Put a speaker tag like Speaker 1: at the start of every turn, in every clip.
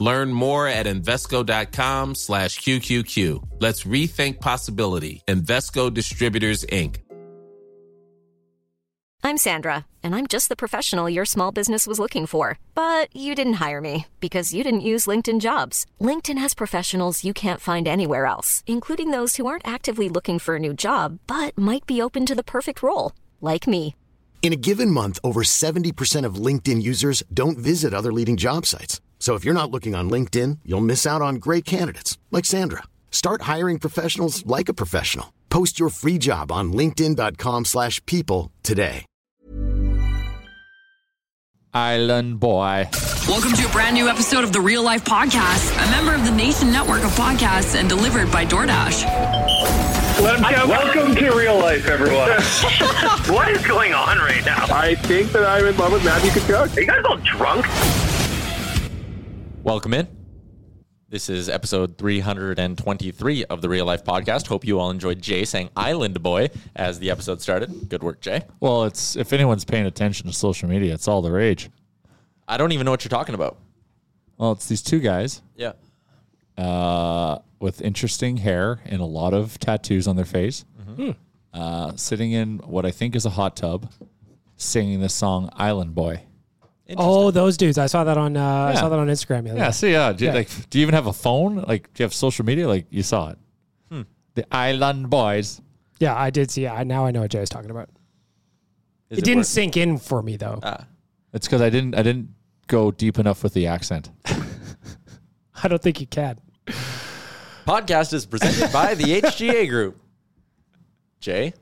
Speaker 1: Learn more at Invesco.com slash QQQ. Let's rethink possibility. Invesco Distributors, Inc.
Speaker 2: I'm Sandra, and I'm just the professional your small business was looking for. But you didn't hire me because you didn't use LinkedIn jobs. LinkedIn has professionals you can't find anywhere else, including those who aren't actively looking for a new job but might be open to the perfect role, like me.
Speaker 3: In a given month, over 70% of LinkedIn users don't visit other leading job sites. So if you're not looking on LinkedIn, you'll miss out on great candidates like Sandra. Start hiring professionals like a professional. Post your free job on linkedin.com/people slash people today.
Speaker 4: Island boy.
Speaker 5: Welcome to a brand new episode of the Real Life Podcast, a member of the Nation Network of podcasts and delivered by DoorDash.
Speaker 6: Welcome to real life, everyone.
Speaker 7: What is going on right now?
Speaker 6: I think that I'm in love with Matthew Kachuk.
Speaker 7: Are you guys all drunk?
Speaker 8: Welcome in. This is episode 323 of the Real Life Podcast. Hope you all enjoyed Jay saying Island Boy as the episode started. Good work, Jay.
Speaker 4: Well, it's if anyone's paying attention to social media, it's all the rage.
Speaker 8: I don't even know what you're talking about.
Speaker 4: Well, it's these two guys
Speaker 8: Yeah.
Speaker 4: uh, with interesting hair and a lot of tattoos on their face, uh, sitting in what I think is a hot tub, singing the song "Island Boy."
Speaker 9: Oh, those dudes! I saw that on uh, I
Speaker 4: Yeah.
Speaker 9: saw that on Instagram. the other
Speaker 4: Yeah,
Speaker 9: day.
Speaker 4: see, yeah. Do, you,
Speaker 9: Yeah.
Speaker 4: like, do you even have a phone? Like, do you have social media? Like, you saw it. The Island Boys.
Speaker 9: yeah, I did see. I now I know what Jay's talking about.
Speaker 8: Is
Speaker 9: it, didn't
Speaker 8: work-
Speaker 9: sink in for me though.
Speaker 4: It's because I didn't, I didn't go deep enough with the accent.
Speaker 9: I don't think you can.
Speaker 8: Podcast is presented by the HGA Group. Jay,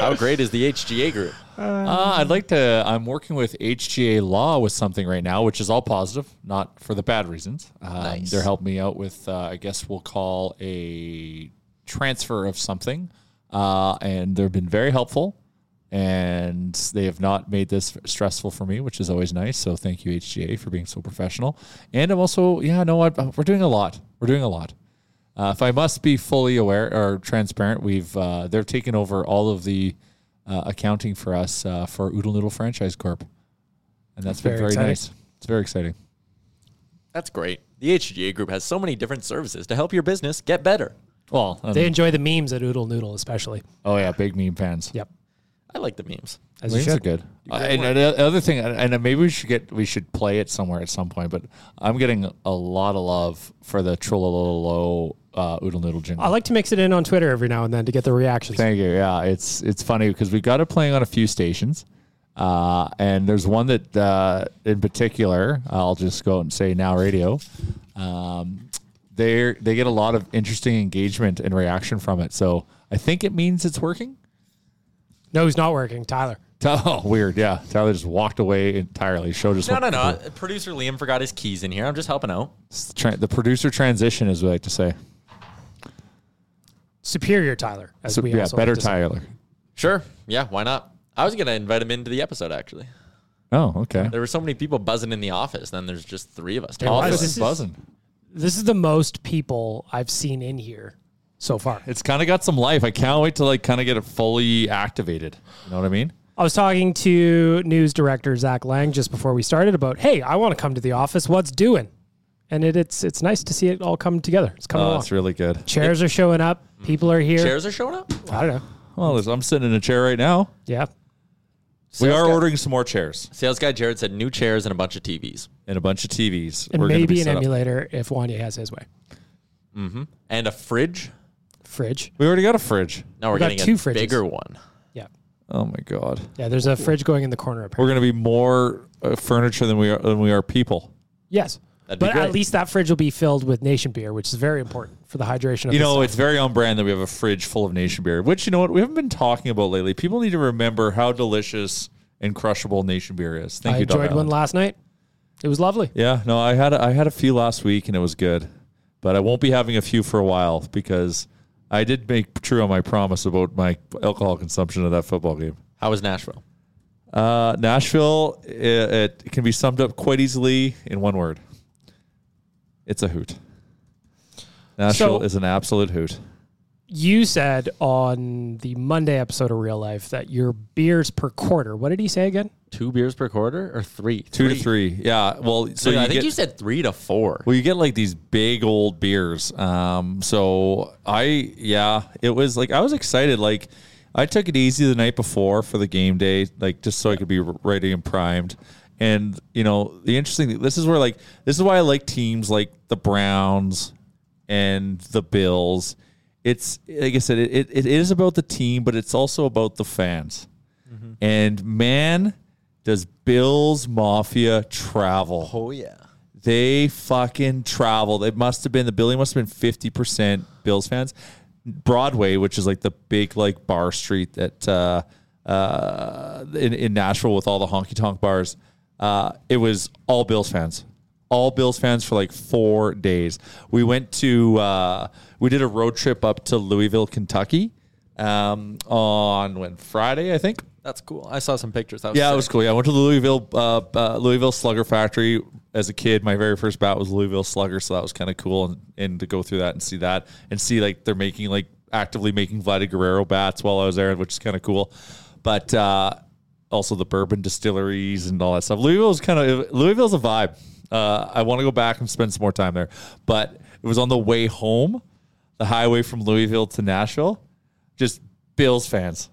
Speaker 8: how great is the HGA Group?
Speaker 4: Uh, I'd like to. I'm working with HGA Law with something right now, which is all positive, not for the bad reasons. Um, They're helping me out with, uh, I guess we'll call a transfer of something, uh, and they've been very helpful, and they have not made this stressful for me, which is always nice. So thank you HGA for being so professional. And I'm also, yeah, no, I, we're doing a lot. We're doing a lot. Uh, if I must be fully aware or transparent, we've uh, they're taking over all of the uh, accounting for us uh, for Oodle Noodle Franchise Corp, and that's been
Speaker 9: Very
Speaker 4: very
Speaker 9: exciting.
Speaker 4: nice. It's very exciting.
Speaker 8: That's great. The HGA Group has so many different services to help your business get better.
Speaker 4: Well, um,
Speaker 9: They enjoy the memes at Oodle Noodle, especially.
Speaker 4: oh yeah, big meme fans.
Speaker 9: Yep,
Speaker 8: I like the memes.
Speaker 9: as you
Speaker 4: memes are
Speaker 9: should.
Speaker 4: good. Uh, and the other thing, and and maybe we should get we should play it somewhere at some point. But I'm getting a lot of love for the Trolololo uh, Oodle Noodle jingle.
Speaker 9: I like to mix it in on Twitter every now and then to get the reactions.
Speaker 4: Oh, Thank you. Yeah, it's it's funny because we got it playing on a few stations, uh, and there's one that uh, in particular I'll just go and say now radio. Um, they they get a lot of interesting engagement and reaction from it, so I think it means it's working.
Speaker 9: No, he's not working, Tyler.
Speaker 4: Oh, weird. Yeah, Tyler just walked away entirely. Show just
Speaker 8: No, no, no. Producer Liam forgot his keys in here. I'm just helping out.
Speaker 4: It's the Tra- the producer transition is what I like to say.
Speaker 9: Superior Tyler, as
Speaker 4: So,
Speaker 9: we
Speaker 4: yeah,
Speaker 9: also like
Speaker 4: better
Speaker 9: to say.
Speaker 4: Tyler.
Speaker 8: Sure. Yeah, why not? I was going to invite him into the episode, actually.
Speaker 4: Oh, okay.
Speaker 8: There were so many people buzzing in the office, then there's just three of us.
Speaker 9: There
Speaker 8: talking.
Speaker 4: Office
Speaker 9: was. This
Speaker 4: is
Speaker 9: is-
Speaker 4: buzzing.
Speaker 9: This is the most people I've seen in here so far.
Speaker 4: It's kind of got some life. I can't wait to like kind of get it fully activated. You know what I mean?
Speaker 9: I was talking to news director Zach Lang just before we started about, hey, I want to come to the office. What's doing? And it, it's it's nice to see it all come together. It's coming
Speaker 4: Oh,
Speaker 9: along.
Speaker 4: it's really good.
Speaker 9: Chairs are showing up.
Speaker 4: Mm-hmm.
Speaker 9: People are here.
Speaker 10: Chairs are showing up.
Speaker 9: I don't know.
Speaker 4: Well, listen, I'm sitting in a chair right now.
Speaker 9: Yeah.
Speaker 4: we are
Speaker 10: guy-
Speaker 4: ordering some more chairs
Speaker 10: Sales guy Jared said new chairs and a bunch of TVs
Speaker 4: and a bunch of TVs.
Speaker 9: And
Speaker 4: gonna
Speaker 9: maybe an
Speaker 4: set up.
Speaker 9: emulator if Wanye has his way.
Speaker 10: and a fridge.
Speaker 9: Fridge.
Speaker 4: We already got a fridge.
Speaker 10: Now we're
Speaker 9: We got
Speaker 10: getting
Speaker 9: two
Speaker 10: a
Speaker 9: fridges.
Speaker 10: bigger one.
Speaker 9: Yeah.
Speaker 4: Oh my god,
Speaker 9: Yeah, there's a fridge going in the corner apparently.
Speaker 4: we're gonna be more uh, furniture than we are than we are people.
Speaker 9: Yes.
Speaker 10: That'd be
Speaker 9: but
Speaker 10: great.
Speaker 9: at least that fridge will be filled with nation beer, which is very important for the hydration of
Speaker 4: You
Speaker 9: the
Speaker 4: know,
Speaker 9: stuff.
Speaker 4: it's very on brand that we have a fridge full of nation beer, which you know what we haven't been talking about lately. People need to remember how delicious and crushable nation beer is. Thank
Speaker 9: I
Speaker 4: you, Dog
Speaker 9: enjoyed one
Speaker 4: Island.
Speaker 9: last night. It was lovely.
Speaker 4: Yeah, no, I had a, I had a few last week and it was good, but I won't be having a few for a while because I did make true on my promise about my alcohol consumption of that football game.
Speaker 10: How was Nashville?
Speaker 4: Uh, Nashville, it, it can be summed up quite easily in one word. It's a hoot. Nashville
Speaker 9: So-
Speaker 4: is an absolute hoot.
Speaker 9: You said on the Monday episode of Real Life that your beers per quarter, what did he say again?
Speaker 10: Two beers per quarter or three?
Speaker 4: Two to three, yeah. Well, so
Speaker 10: Dude,
Speaker 4: you
Speaker 10: I think
Speaker 4: get,
Speaker 10: you said three to four.
Speaker 4: Well, you get like these big old beers. Um, so I, yeah, it was like I was excited. Like I took it easy the night before for the game day, like just so I could be r- ready and primed. And you know, the interesting thing, this is where like this is why I like teams like the Browns and the Bills. It's like I said, it, it, it is about the team, but it's also about the fans. And man, does Bills Mafia travel?
Speaker 10: Oh yeah.
Speaker 4: They fucking traveled. It must have been the building must have been fifty percent Bills fans. Broadway, which is like the big like bar street that uh, uh, in, in Nashville with all the honky tonk bars, uh, it was all Bills fans. All Bills fans for like four days. We went to uh, we did a road trip up to Louisville, Kentucky, um, on when Friday I think.
Speaker 10: That's cool. I saw some pictures. That was
Speaker 4: Yeah, it
Speaker 10: sick.
Speaker 4: was cool. Yeah, I went to the Louisville uh, uh, Louisville Slugger Factory as a kid. My very first bat was Louisville Slugger, so that was kind of cool. And, and to go through that and see that and see like they're making like actively making Vlad Guerrero bats while I was there, which is kind of cool. But uh, also the bourbon distilleries and all that stuff. Louisville's kind of Louisville's a vibe. Uh, I want to go back and spend some more time there. But it was on the way home, the highway from Louisville to Nashville, just Bills fans.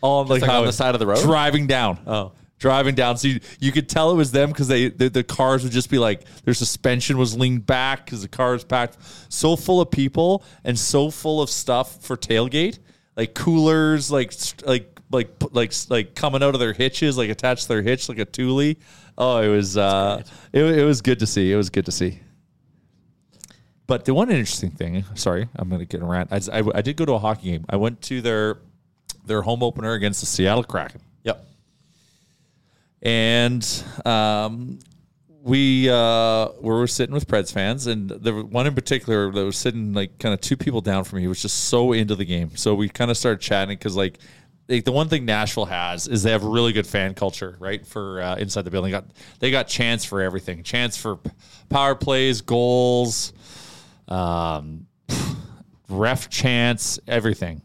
Speaker 4: All on, like,
Speaker 10: like on
Speaker 4: highway-
Speaker 10: the side of the road?
Speaker 4: driving down.
Speaker 10: Oh.
Speaker 4: driving down. So you, you could tell it was them because they the, the cars would just be like their suspension was leaned back because the car was packed so full of people and so full of stuff for tailgate, like coolers, like st- like like like like coming out of their hitches, like attached to their hitch, like a Thule. Oh, it was uh, it, it was good to see. It was good to see. But the one interesting thing, sorry, I'm going to get a rant. I, I, I did go to a hockey game. I went to their their home opener against the Seattle Kraken
Speaker 10: Yep.
Speaker 4: and um, we uh, we were sitting with Preds fans, and there was one in particular that was sitting like kind of two people down from me was just so into the game. So we kind of started chatting because like. Like the one thing Nashville has is they have really good fan culture, right? For uh, inside the building, got they got chance for everything, chance for p- power plays, goals, um, ref chance, everything.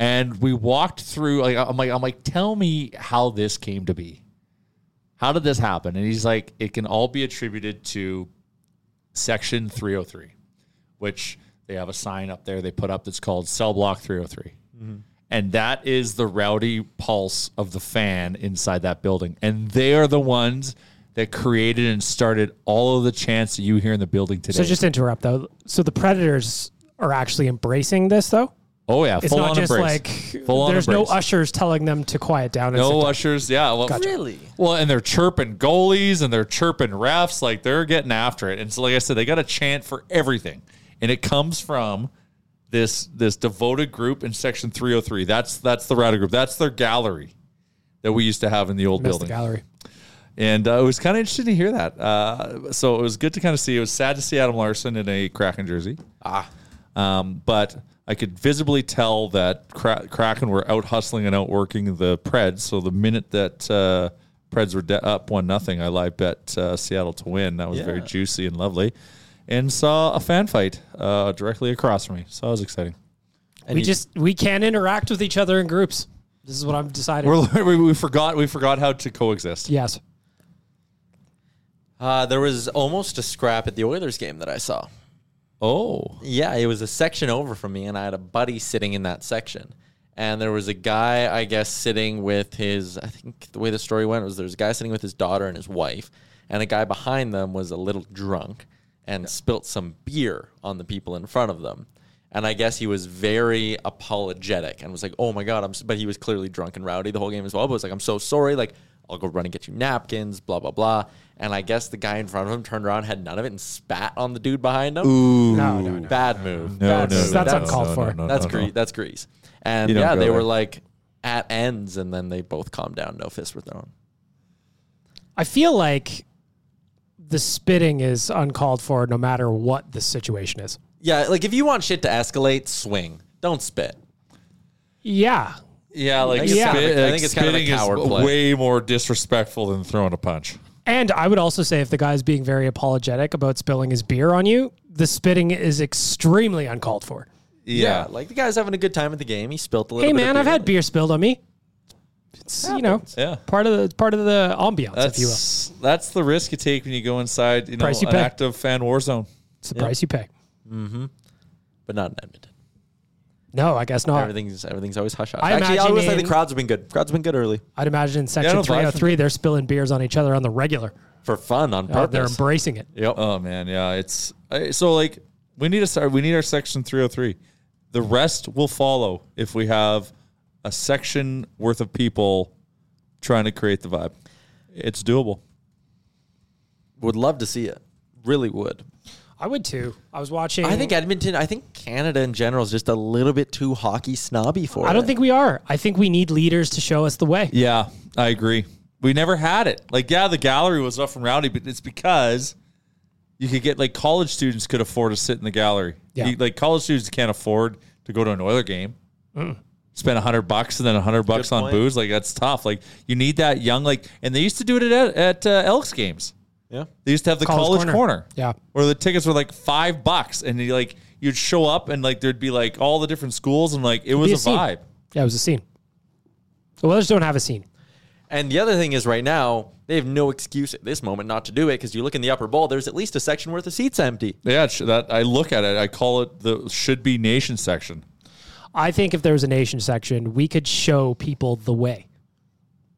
Speaker 4: And we walked through. Like I'm like I'm like, tell me how this came to be how did this happen? And he's like, it can all be attributed to section 303, which they have a sign up there they put up that's called cell block 303.
Speaker 9: Mm-hmm.
Speaker 4: And that is the rowdy pulse of the fan inside that building. And they are the ones that created and started all of the chants that you hear in the building today.
Speaker 9: So just to interrupt though. So the Predators are actually embracing this though.
Speaker 4: oh, yeah.
Speaker 9: It's
Speaker 4: full
Speaker 9: not
Speaker 4: on
Speaker 9: just
Speaker 4: embrace.
Speaker 9: like
Speaker 4: full on
Speaker 9: there's no
Speaker 4: embrace.
Speaker 9: ushers telling them to quiet down. and sit
Speaker 4: No
Speaker 9: down.
Speaker 4: ushers, yeah. Well, really? Well, and they're chirping goalies and they're chirping refs, like they're getting after it. And so, like I said, they got a chant for everything, and it comes from this this devoted group in section 303. That's that's the router group. That's their gallery that we used to have in the old
Speaker 9: Miss the
Speaker 4: building
Speaker 9: gallery.
Speaker 4: and uh, it was kind of interesting to hear that. Uh, so it was good to kind of see. It was sad to see Adam Larson in a Kraken jersey. Ah, um, but I could visibly tell that Kra- Kraken were out hustling and outworking the Preds. So the minute that uh, Preds were de- up one nothing, I live bet uh, Seattle to win. That was very juicy and lovely. and saw a fan fight uh, directly across from me. So that was exciting.
Speaker 9: we just we can't interact with each other in groups. This is what I'm deciding.
Speaker 4: We're, we, we forgot we forgot how to coexist.
Speaker 9: yes.
Speaker 8: Uh, there was almost a scrap at the Oilers game that I saw.
Speaker 4: Oh,
Speaker 8: Yeah, it was a section over from me, and I had a buddy sitting in that section. And there was a guy, I guess, sitting with his. I think the way the story went was there was a guy sitting with his daughter and his wife, and a guy behind them was a little drunk and spilt some beer on the people in front of them. And I guess he was very apologetic and was like, "Oh my god, I'm." s-" But he was clearly drunk and rowdy the whole game as well. But was like, "I'm so sorry. Like, I'll go run and get you napkins." Blah blah blah. And I guess the guy in front of him turned around, had none of it, and spat on the dude behind him.
Speaker 9: No, no, no.
Speaker 8: Bad move.
Speaker 4: no,
Speaker 9: That's-
Speaker 4: no,
Speaker 9: that's
Speaker 4: no,
Speaker 9: uncalled
Speaker 4: no,
Speaker 9: for. Uh-huh.
Speaker 4: no, no,
Speaker 8: That's
Speaker 4: no,
Speaker 8: Greece.
Speaker 4: no.
Speaker 8: That's Greece. And
Speaker 4: You don't
Speaker 8: yeah,
Speaker 4: go
Speaker 8: they were
Speaker 4: there.
Speaker 8: like at ends, and then they both calmed down. No fists were thrown.
Speaker 9: I feel like the spitting is uncalled for no matter what the situation is.
Speaker 8: Yeah, like if you want shit to escalate, swing. Don't spit.
Speaker 9: Yeah.
Speaker 4: Yeah, like
Speaker 8: think it's
Speaker 4: yeah.
Speaker 8: kind of a- I
Speaker 4: like
Speaker 8: think it's kind of a
Speaker 4: spitting is
Speaker 8: coward play.
Speaker 4: way more disrespectful than throwing a punch.
Speaker 9: And I would also say if the guy's being very apologetic about spilling his beer on you, the spitting is extremely uncalled for.
Speaker 4: Yeah,
Speaker 8: like the guy's having a good time at the game. He spilt a little.
Speaker 9: Hey
Speaker 8: bit of
Speaker 9: man, I've
Speaker 8: beer.
Speaker 9: had beer spilled on me. It's you know
Speaker 4: Yeah.
Speaker 9: part of the part of the ambiance, if you will.
Speaker 4: that's that's the risk you take when you go inside. You know,
Speaker 9: Price you
Speaker 4: an
Speaker 9: pay.
Speaker 4: active fan war zone.
Speaker 9: It's the price you pay.
Speaker 8: but not in Edmonton.
Speaker 9: No, I guess not.
Speaker 8: Everything's everything's always hush hush.
Speaker 9: I
Speaker 8: Actually, I always say the
Speaker 9: imagine-
Speaker 8: crowds have been good. Crowds have been good early
Speaker 9: I'd imagine in
Speaker 4: I
Speaker 9: section
Speaker 4: don't buy it from
Speaker 9: 303 they're spilling beers on each other on the regular.
Speaker 8: for fun on
Speaker 9: Uh, they're
Speaker 8: purpose.
Speaker 9: embracing it.
Speaker 8: yep.
Speaker 4: Oh man, yeah. It's I- so like we need to start. We need our section three hundred three. The rest will follow if we have a section worth of people trying to create the vibe. It's doable.
Speaker 8: would love to see it. Really would.
Speaker 9: I would too. I was watching
Speaker 8: I think Edmonton. I think Canada in general is just a little bit too hockey snobby for it.
Speaker 9: I don't think we are. I think we need leaders to show us the way.
Speaker 4: Yeah, I agree. We never had it. Like, yeah, the gallery was rough and rowdy, but it's because you could get like college students could afford to sit in the gallery.
Speaker 9: Yeah.
Speaker 4: You- like college students can't afford to go to an Oiler game.
Speaker 9: Mm.
Speaker 4: Spend a hundred bucks and then a hundred bucks on
Speaker 8: point.
Speaker 4: booze. Like that's tough. Like you need that young like, and they used to do it at at uh, Elks games.
Speaker 8: Yeah.
Speaker 4: They used to have the
Speaker 9: College
Speaker 4: college,
Speaker 9: Corner.
Speaker 4: corner.
Speaker 9: Yeah.
Speaker 4: Where the tickets were like five bucks, and you like you'd show up and like there'd be like all the different schools, and like it was
Speaker 9: be a
Speaker 4: a
Speaker 9: scene.
Speaker 4: vibe.
Speaker 9: Yeah, it was a scene. The Oilers don't have a scene.
Speaker 8: And the other thing is, right now they have no excuse at this moment not to do it because you look in the upper bowl. There's at least a section worth of seats empty.
Speaker 4: Yeah, it's- that I look at it. I call it the should be nation section.
Speaker 9: I think if there was a nation section, we could show people the way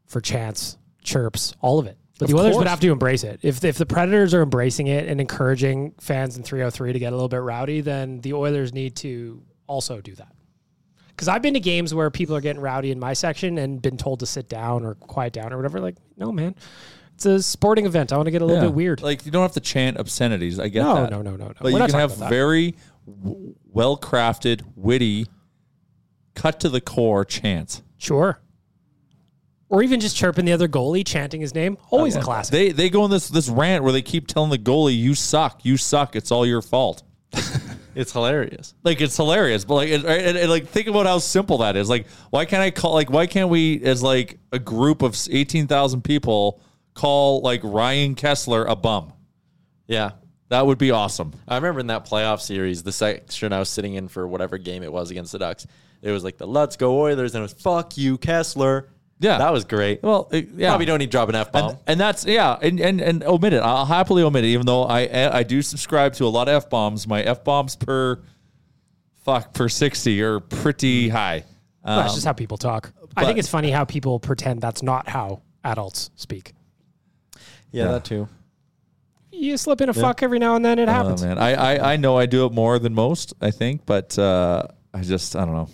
Speaker 9: for chants, chirps, all of it. But the Oilers would
Speaker 4: course.
Speaker 9: have to embrace it. If, if the Predators are embracing it and encouraging fans in 303 to get a little bit rowdy, then the Oilers need to also do that. Because I've been to games where people are getting rowdy in my section and been told to sit down or quiet down or whatever. Like, no, man. It's a sporting event. I want to get a little bit weird.
Speaker 4: Like you don't have to chant obscenities. I get
Speaker 9: No,
Speaker 4: that.
Speaker 9: no, no, no, no. We're
Speaker 4: But you
Speaker 9: not
Speaker 4: can
Speaker 9: talking
Speaker 4: have
Speaker 9: about that.
Speaker 4: very w- well crafted, witty, cut to the core chants.
Speaker 9: Sure. Or even just chirping the other goalie, chanting his name. Always a classic.
Speaker 4: They they go on this this rant where they keep telling the goalie, "You suck, you suck. It's all your fault."
Speaker 8: It's hilarious.
Speaker 4: Like it's hilarious, but like it, and, and, like think about how simple that is. Like why can't I call? Like why can't we as like a group of eighteen thousand people call like Ryan Kessler a bum?
Speaker 8: Yeah.
Speaker 4: That would be awesome.
Speaker 8: I remember in that playoff series, the section I was sitting in for whatever game it was against the Ducks, it was like the Let's Go Oilers, and it was fuck you, Kessler.
Speaker 4: Yeah.
Speaker 8: That was great.
Speaker 4: Well, it- yeah.
Speaker 8: Probably don't need to drop an F bomb.
Speaker 4: And, and that's yeah, and, and and omit it. I'll happily omit it, even though I I do subscribe to a lot of f bombs. My f bombs per fuck per sixty are pretty
Speaker 9: Mm.
Speaker 4: high.
Speaker 9: Well, that's
Speaker 8: Um,
Speaker 9: just how people talk. I think it's funny how people pretend that's not how adults speak.
Speaker 8: Yeah, that too.
Speaker 9: You slip in a fuck every now and then, it
Speaker 4: Oh
Speaker 9: happens.
Speaker 4: man, I, I I know I do it more than most. I think, but uh, I just I don't know.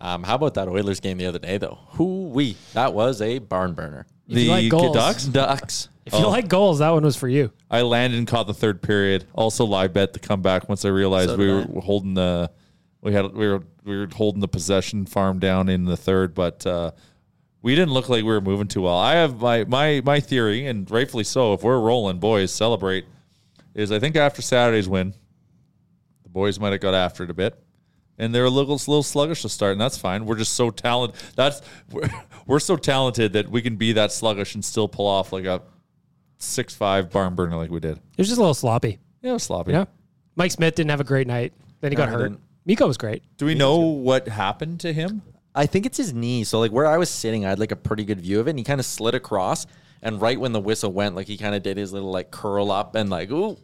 Speaker 8: Um, how about that Oilers game the other day, though? Who we? That was a barn burner.
Speaker 9: If you like goals-
Speaker 4: Ducks.
Speaker 8: Ducks.
Speaker 9: if you like goals, that one was for you.
Speaker 4: I landed and caught the third period. Also live bet the comeback once I realized
Speaker 8: So
Speaker 4: we
Speaker 8: did
Speaker 4: were holding the we had we were we were holding the possession farm down in the third, but uh, we didn't look like we were moving too well. I have my my my theory, and rightfully so. If we're rolling, boys celebrate. Is I think after Saturday's win, the boys might have got after it a bit, and they're a little little sluggish to start, and that's fine. We're just so talented. That's we're, we're so talented that we can be that sluggish and still pull off like a six five barn burner like we did.
Speaker 9: It was just a little sloppy.
Speaker 4: Yeah, it was sloppy.
Speaker 9: Yeah. Mike Smith didn't have a great night. Then he
Speaker 8: No,
Speaker 9: got
Speaker 8: he
Speaker 9: hurt.
Speaker 8: didn't.
Speaker 9: Miko was great.
Speaker 4: Do we know what happened to him?
Speaker 8: I think it's his knee. So like where I was sitting, I had like a pretty good view of it. And he kind of slid across, and right when the whistle went, like he kind of did his little like curl up and like ooh,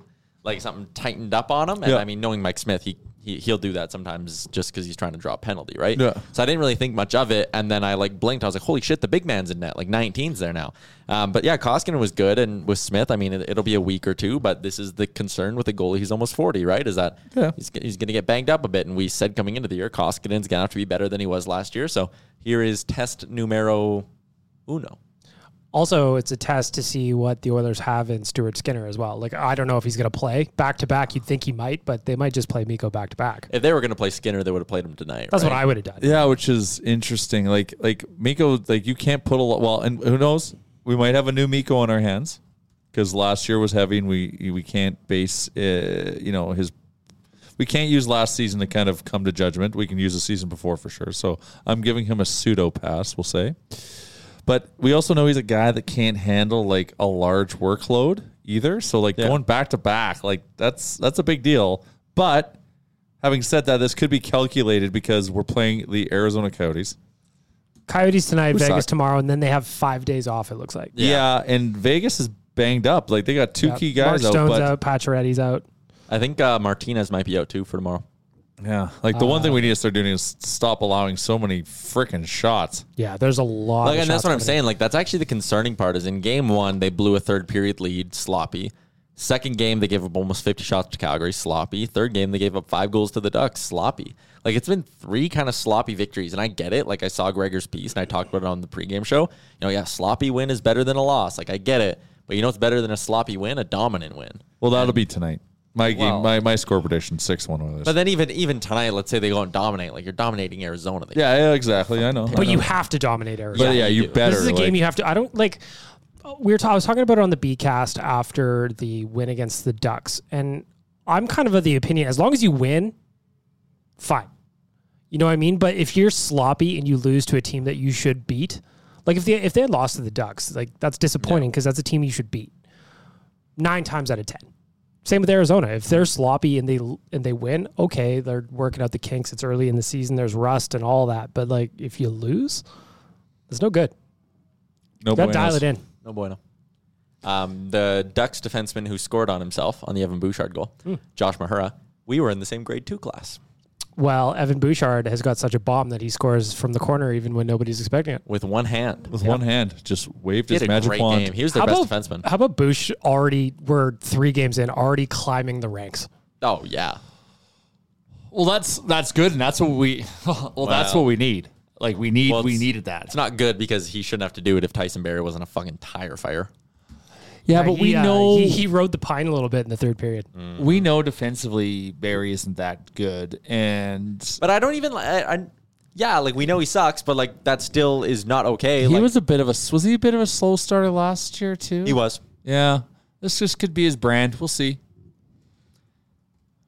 Speaker 8: like something tightened up on him. And
Speaker 4: Yeah.
Speaker 8: I mean, knowing Mike Smith, he, he he'll do that sometimes just because he's trying to draw a penalty, right?
Speaker 4: Yeah.
Speaker 8: So I didn't really think much of it, and then I like blinked. I was like, holy shit, the big man's in net. Like 19's there now. Um, but yeah, Koskinen was good, and with Smith, I mean, it, it'll be a week or two. But this is the concern with the goalie. He's almost 40, right? Is that
Speaker 4: Yeah.
Speaker 8: he's he's, he's going to get banged up a bit. And we said coming into the year, Koskinen's going to have to be better than he was last year. So here is test numero uno.
Speaker 9: Also, it's a test to see what the Oilers have in Stuart Skinner as well. Like, I don't know if he's going to play back to back. You'd think he might, but they might just play Miko back to back.
Speaker 8: If they were going to play Skinner, they would have played him tonight.
Speaker 9: That's
Speaker 8: right?
Speaker 9: what I would have done.
Speaker 4: Yeah, which is interesting. Like like Miko, like you can't put a lot. Well, and who knows? We might have a new Miko on our hands because last year was heavy, and we we can't base uh, you know his. We can't use last season to kind of come to judgment. We can use the season before for sure. So I'm giving him a pseudo pass, we'll say. But we also know he's a guy that can't handle like a large workload either. So like going back to back, like that's that's a big deal. But having said that, this could be calculated because we're playing the Arizona Coyotes.
Speaker 9: Coyotes tonight,
Speaker 4: Who
Speaker 9: Vegas
Speaker 4: suck.
Speaker 9: tomorrow, and then they have five days off, it looks like.
Speaker 4: Yeah. and Vegas is banged up. Like they got two
Speaker 9: Yeah.
Speaker 4: key guys
Speaker 9: Mark
Speaker 4: out,
Speaker 9: Stone's
Speaker 4: but
Speaker 9: out, Pacioretty's out.
Speaker 8: I think uh, Martinez might be out too for tomorrow.
Speaker 4: yeah, like the one
Speaker 9: Uh,
Speaker 4: thing we need to start doing is stop allowing so many freaking shots.
Speaker 9: Yeah, there's a lot.
Speaker 8: Like,
Speaker 9: of
Speaker 8: and that's
Speaker 9: shots
Speaker 8: what I'm
Speaker 9: coming in.
Speaker 8: saying. Like, that's actually the concerning part. Is in game one they blew a third period lead, sloppy. Second game they gave up almost 50 shots to Calgary, sloppy. Third game they gave up five goals to the Ducks, sloppy. Like it's been three kind of sloppy victories, and I get it. Like I saw Gregor's piece and I talked about it on the pregame show. You know, yeah, sloppy win is better than a loss. Like I get it, but you know what's better than a sloppy win? A dominant win.
Speaker 4: Well, that'll be tonight. My
Speaker 8: Well-
Speaker 4: game, my, my score prediction six one Oilers.
Speaker 8: But then even even tonight, let's say they go and dominate. Like you're dominating Arizona. They
Speaker 4: yeah, yeah, exactly. I know. I
Speaker 9: But you
Speaker 4: know.
Speaker 9: have to dominate Arizona.
Speaker 4: but yeah, you, better.
Speaker 9: This is a
Speaker 4: like-
Speaker 9: game you have to. I don't like. We were. ta- I was talking about it on the B cast after the win against the Ducks, and I'm kind of of the opinion as long as you win, fine. You know what I mean? But if you're sloppy and you lose to a team that you should beat, like if they if they had lost to the Ducks, like that's disappointing because that's a team you should beat nine times out of ten. Same with Arizona. If they're sloppy and they and they win, okay, they're working out the kinks. It's early in the season. There's rust and all that. But like if you lose, it's no good.
Speaker 4: no
Speaker 9: Got to dial
Speaker 4: buenos.
Speaker 9: it in.
Speaker 8: No bueno. Um, the Ducks defenseman who scored on himself on the Evan Bouchard goal,
Speaker 4: Hmm.
Speaker 8: Josh Mahura, we were in the same grade two class
Speaker 9: Well, Evan Bouchard has got such a bomb that he scores from the corner even when nobody's expecting it.
Speaker 8: with one hand.
Speaker 4: with one hand, just waved
Speaker 8: he
Speaker 4: his
Speaker 8: had a
Speaker 4: magic
Speaker 8: great
Speaker 4: wand.
Speaker 8: game. He was their best defenseman.
Speaker 9: How about Bush already we're three games in, already climbing the ranks?
Speaker 8: Oh yeah,
Speaker 4: Well, that's that's good, and that's what we. Well, that's
Speaker 8: Wow.
Speaker 4: what we need. Like we need,
Speaker 8: Well,
Speaker 4: we
Speaker 8: it's-
Speaker 4: needed that.
Speaker 8: it's not good because he shouldn't have to do it if Tyson Berry wasn't a fucking tire fire.
Speaker 4: yeah, but
Speaker 9: He,
Speaker 4: we
Speaker 9: uh,
Speaker 4: know
Speaker 9: he, he rode the pine a little bit in the third period.
Speaker 4: we know defensively Barry isn't that good, and
Speaker 8: But I don't even. li- I, I, yeah, like we know he sucks, but like that still is not okay.
Speaker 4: he
Speaker 8: like,
Speaker 4: was a bit of a was he a bit of a slow starter last year too?
Speaker 8: He was.
Speaker 4: Yeah, this just could be his brand. We'll see.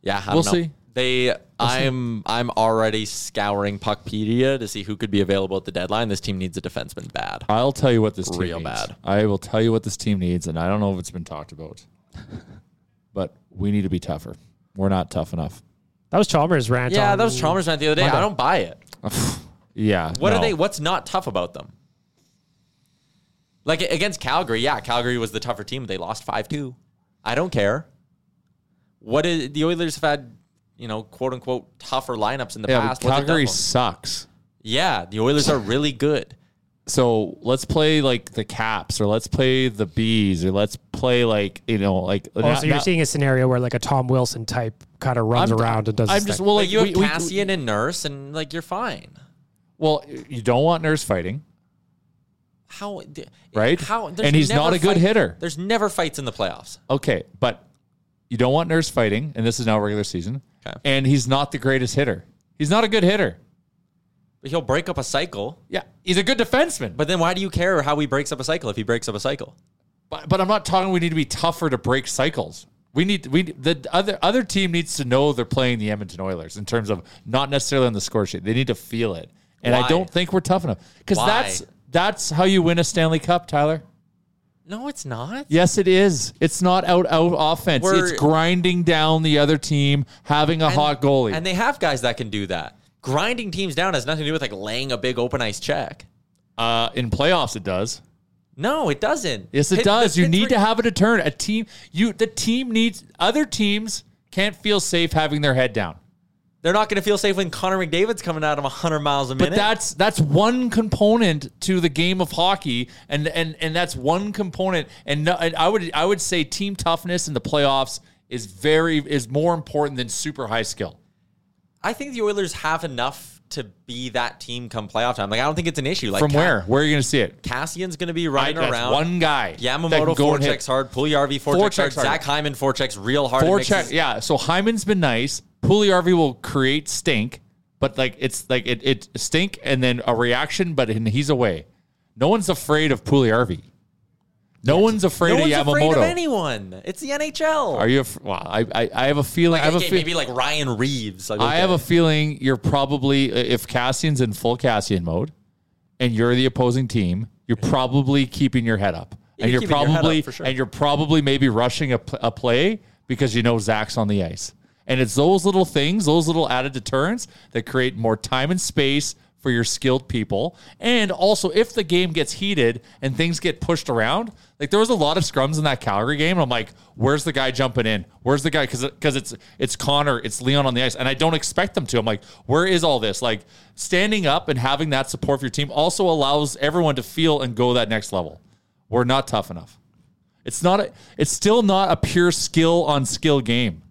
Speaker 8: Yeah, I
Speaker 4: We'll
Speaker 8: don't know.
Speaker 4: see.
Speaker 8: They, I'm, I'm already scouring Puckpedia to see who could be available at the deadline. This team needs a defenseman bad.
Speaker 4: I'll tell you what this team
Speaker 8: Real
Speaker 4: needs.
Speaker 8: bad.
Speaker 4: I will tell you what this team needs, and I don't know if it's been talked about, but we need to be tougher. We're not tough enough.
Speaker 9: That was Chalmers' rant.
Speaker 8: Yeah,
Speaker 9: on-
Speaker 8: that was Chalmers rant the other day. I don't buy it.
Speaker 4: Yeah.
Speaker 8: What
Speaker 4: no.
Speaker 8: are they? What's not tough about them? Like against Calgary, yeah, Calgary was the tougher team. They lost five two. I don't care. What is the Oilers have had, you know, quote unquote tougher lineups in the
Speaker 4: Yeah, but
Speaker 8: past. What's it
Speaker 4: Calgary
Speaker 8: done for 'em?
Speaker 4: sucks.
Speaker 8: Yeah, the Oilers are really good.
Speaker 4: so let's play like the caps or let's play the bees or let's play like you know like
Speaker 9: Oh, so you're seeing a scenario where like a Tom Wilson type kind of runs around and does.
Speaker 4: I'm
Speaker 9: his
Speaker 4: just
Speaker 9: thing.
Speaker 4: well
Speaker 8: Like,
Speaker 4: like
Speaker 8: you have
Speaker 4: we- we-
Speaker 8: Cassian and Nurse, and like you're fine.
Speaker 4: well you don't want nurse fighting
Speaker 8: How d-
Speaker 4: Right?
Speaker 8: How there's
Speaker 4: And he's
Speaker 8: never
Speaker 4: not a good
Speaker 8: fight-
Speaker 4: hitter.
Speaker 8: There's never fights in the playoffs.
Speaker 4: okay but you don't want nurse fighting and this is now regular season
Speaker 8: Okay.
Speaker 4: and he's not the greatest hitter he's not a good hitter
Speaker 8: But he'll break up a cycle.
Speaker 4: yeah he's a good defenseman but
Speaker 8: But then why do you care how he breaks up a cycle if he breaks up a cycle?
Speaker 4: but, but I'm not talking we need to be tougher to break cycles we need we the other other team needs to know they're playing the Edmonton Oilers in terms of not necessarily on the score sheet they need to feel it and
Speaker 8: Why?
Speaker 4: I don't think we're tough enough because
Speaker 8: Why?
Speaker 4: that's that's how you win a Stanley Cup Tyler
Speaker 8: No, it's not.
Speaker 4: Yes, it is. It's not out out offense.
Speaker 8: We're-
Speaker 4: it's grinding down the other team, having a hot goalie.
Speaker 8: And they have guys that can do that. Grinding teams down has nothing to do with like laying a big open ice check.
Speaker 4: uh, in playoffs, it does.
Speaker 8: No, it doesn't.
Speaker 4: Yes, it
Speaker 8: Pit-
Speaker 4: does.
Speaker 8: the
Speaker 4: You need
Speaker 8: Pittsburgh-
Speaker 4: to have a deterrent. A team, you the team needs other teams can't feel safe having their head down.
Speaker 8: They're not going to feel safe when Connor McDavid's coming at him 100 miles a
Speaker 4: But
Speaker 8: minute.
Speaker 4: that's that's one component to the game of hockey, and and and that's one component. And, no, and I would I would say team toughness in the playoffs is very is more important than super high skill.
Speaker 8: I think the Oilers have enough to be that team come playoff time. Like I don't think it's an issue. Like
Speaker 4: From
Speaker 8: Ca-
Speaker 4: where? Where are you going to see it?
Speaker 8: Cassian's going to be running
Speaker 4: That's
Speaker 8: around.
Speaker 4: one guy. that can
Speaker 8: Yamamoto
Speaker 4: go and hit.
Speaker 8: forechecks hard. E Puljujarvi forechecks
Speaker 4: Forechecks
Speaker 8: hard.
Speaker 4: hard.
Speaker 8: Zach Hyman forechecks real hard. and
Speaker 4: Four
Speaker 8: makes
Speaker 4: check.
Speaker 8: his-
Speaker 4: Yeah. So Hyman's been nice. Puliarvi will create stink, but like it's like it, it stink and then a reaction, but and he's away. No one's afraid of Puliarvi. No one's afraid
Speaker 8: No one's
Speaker 4: of Yamamoto.
Speaker 8: afraid of anyone. It's the NHL.
Speaker 4: Are you? af- Well, I, I I have a feeling. I have a
Speaker 8: Okay,
Speaker 4: fe-
Speaker 8: maybe like Ryan Reeves. Like,
Speaker 4: I have a
Speaker 8: okay.
Speaker 4: feeling you're probably if Cassian's in full Cassian mode, and you're the opposing team, you're probably keeping your head up, and
Speaker 8: you're
Speaker 4: you're
Speaker 8: keeping your head up,
Speaker 4: probably
Speaker 8: for sure.
Speaker 4: and you're probably maybe rushing a, pl- a play because you know Zach's on the ice, and it's those little things, those little added deterrents that create more time and space for your skilled people, and also if the game gets heated and things get pushed around, like there was a lot of scrums in that Calgary game, and I'm like, where's the guy jumping in? Where's the guy? Because because it's it's Connor, it's Leon on the ice, and I don't expect them to. I'm like, where is all this? Like standing up and having that support for your team also allows everyone to feel and go that next level. We're not tough enough. It's not. A, it's still not a pure skill on skill game.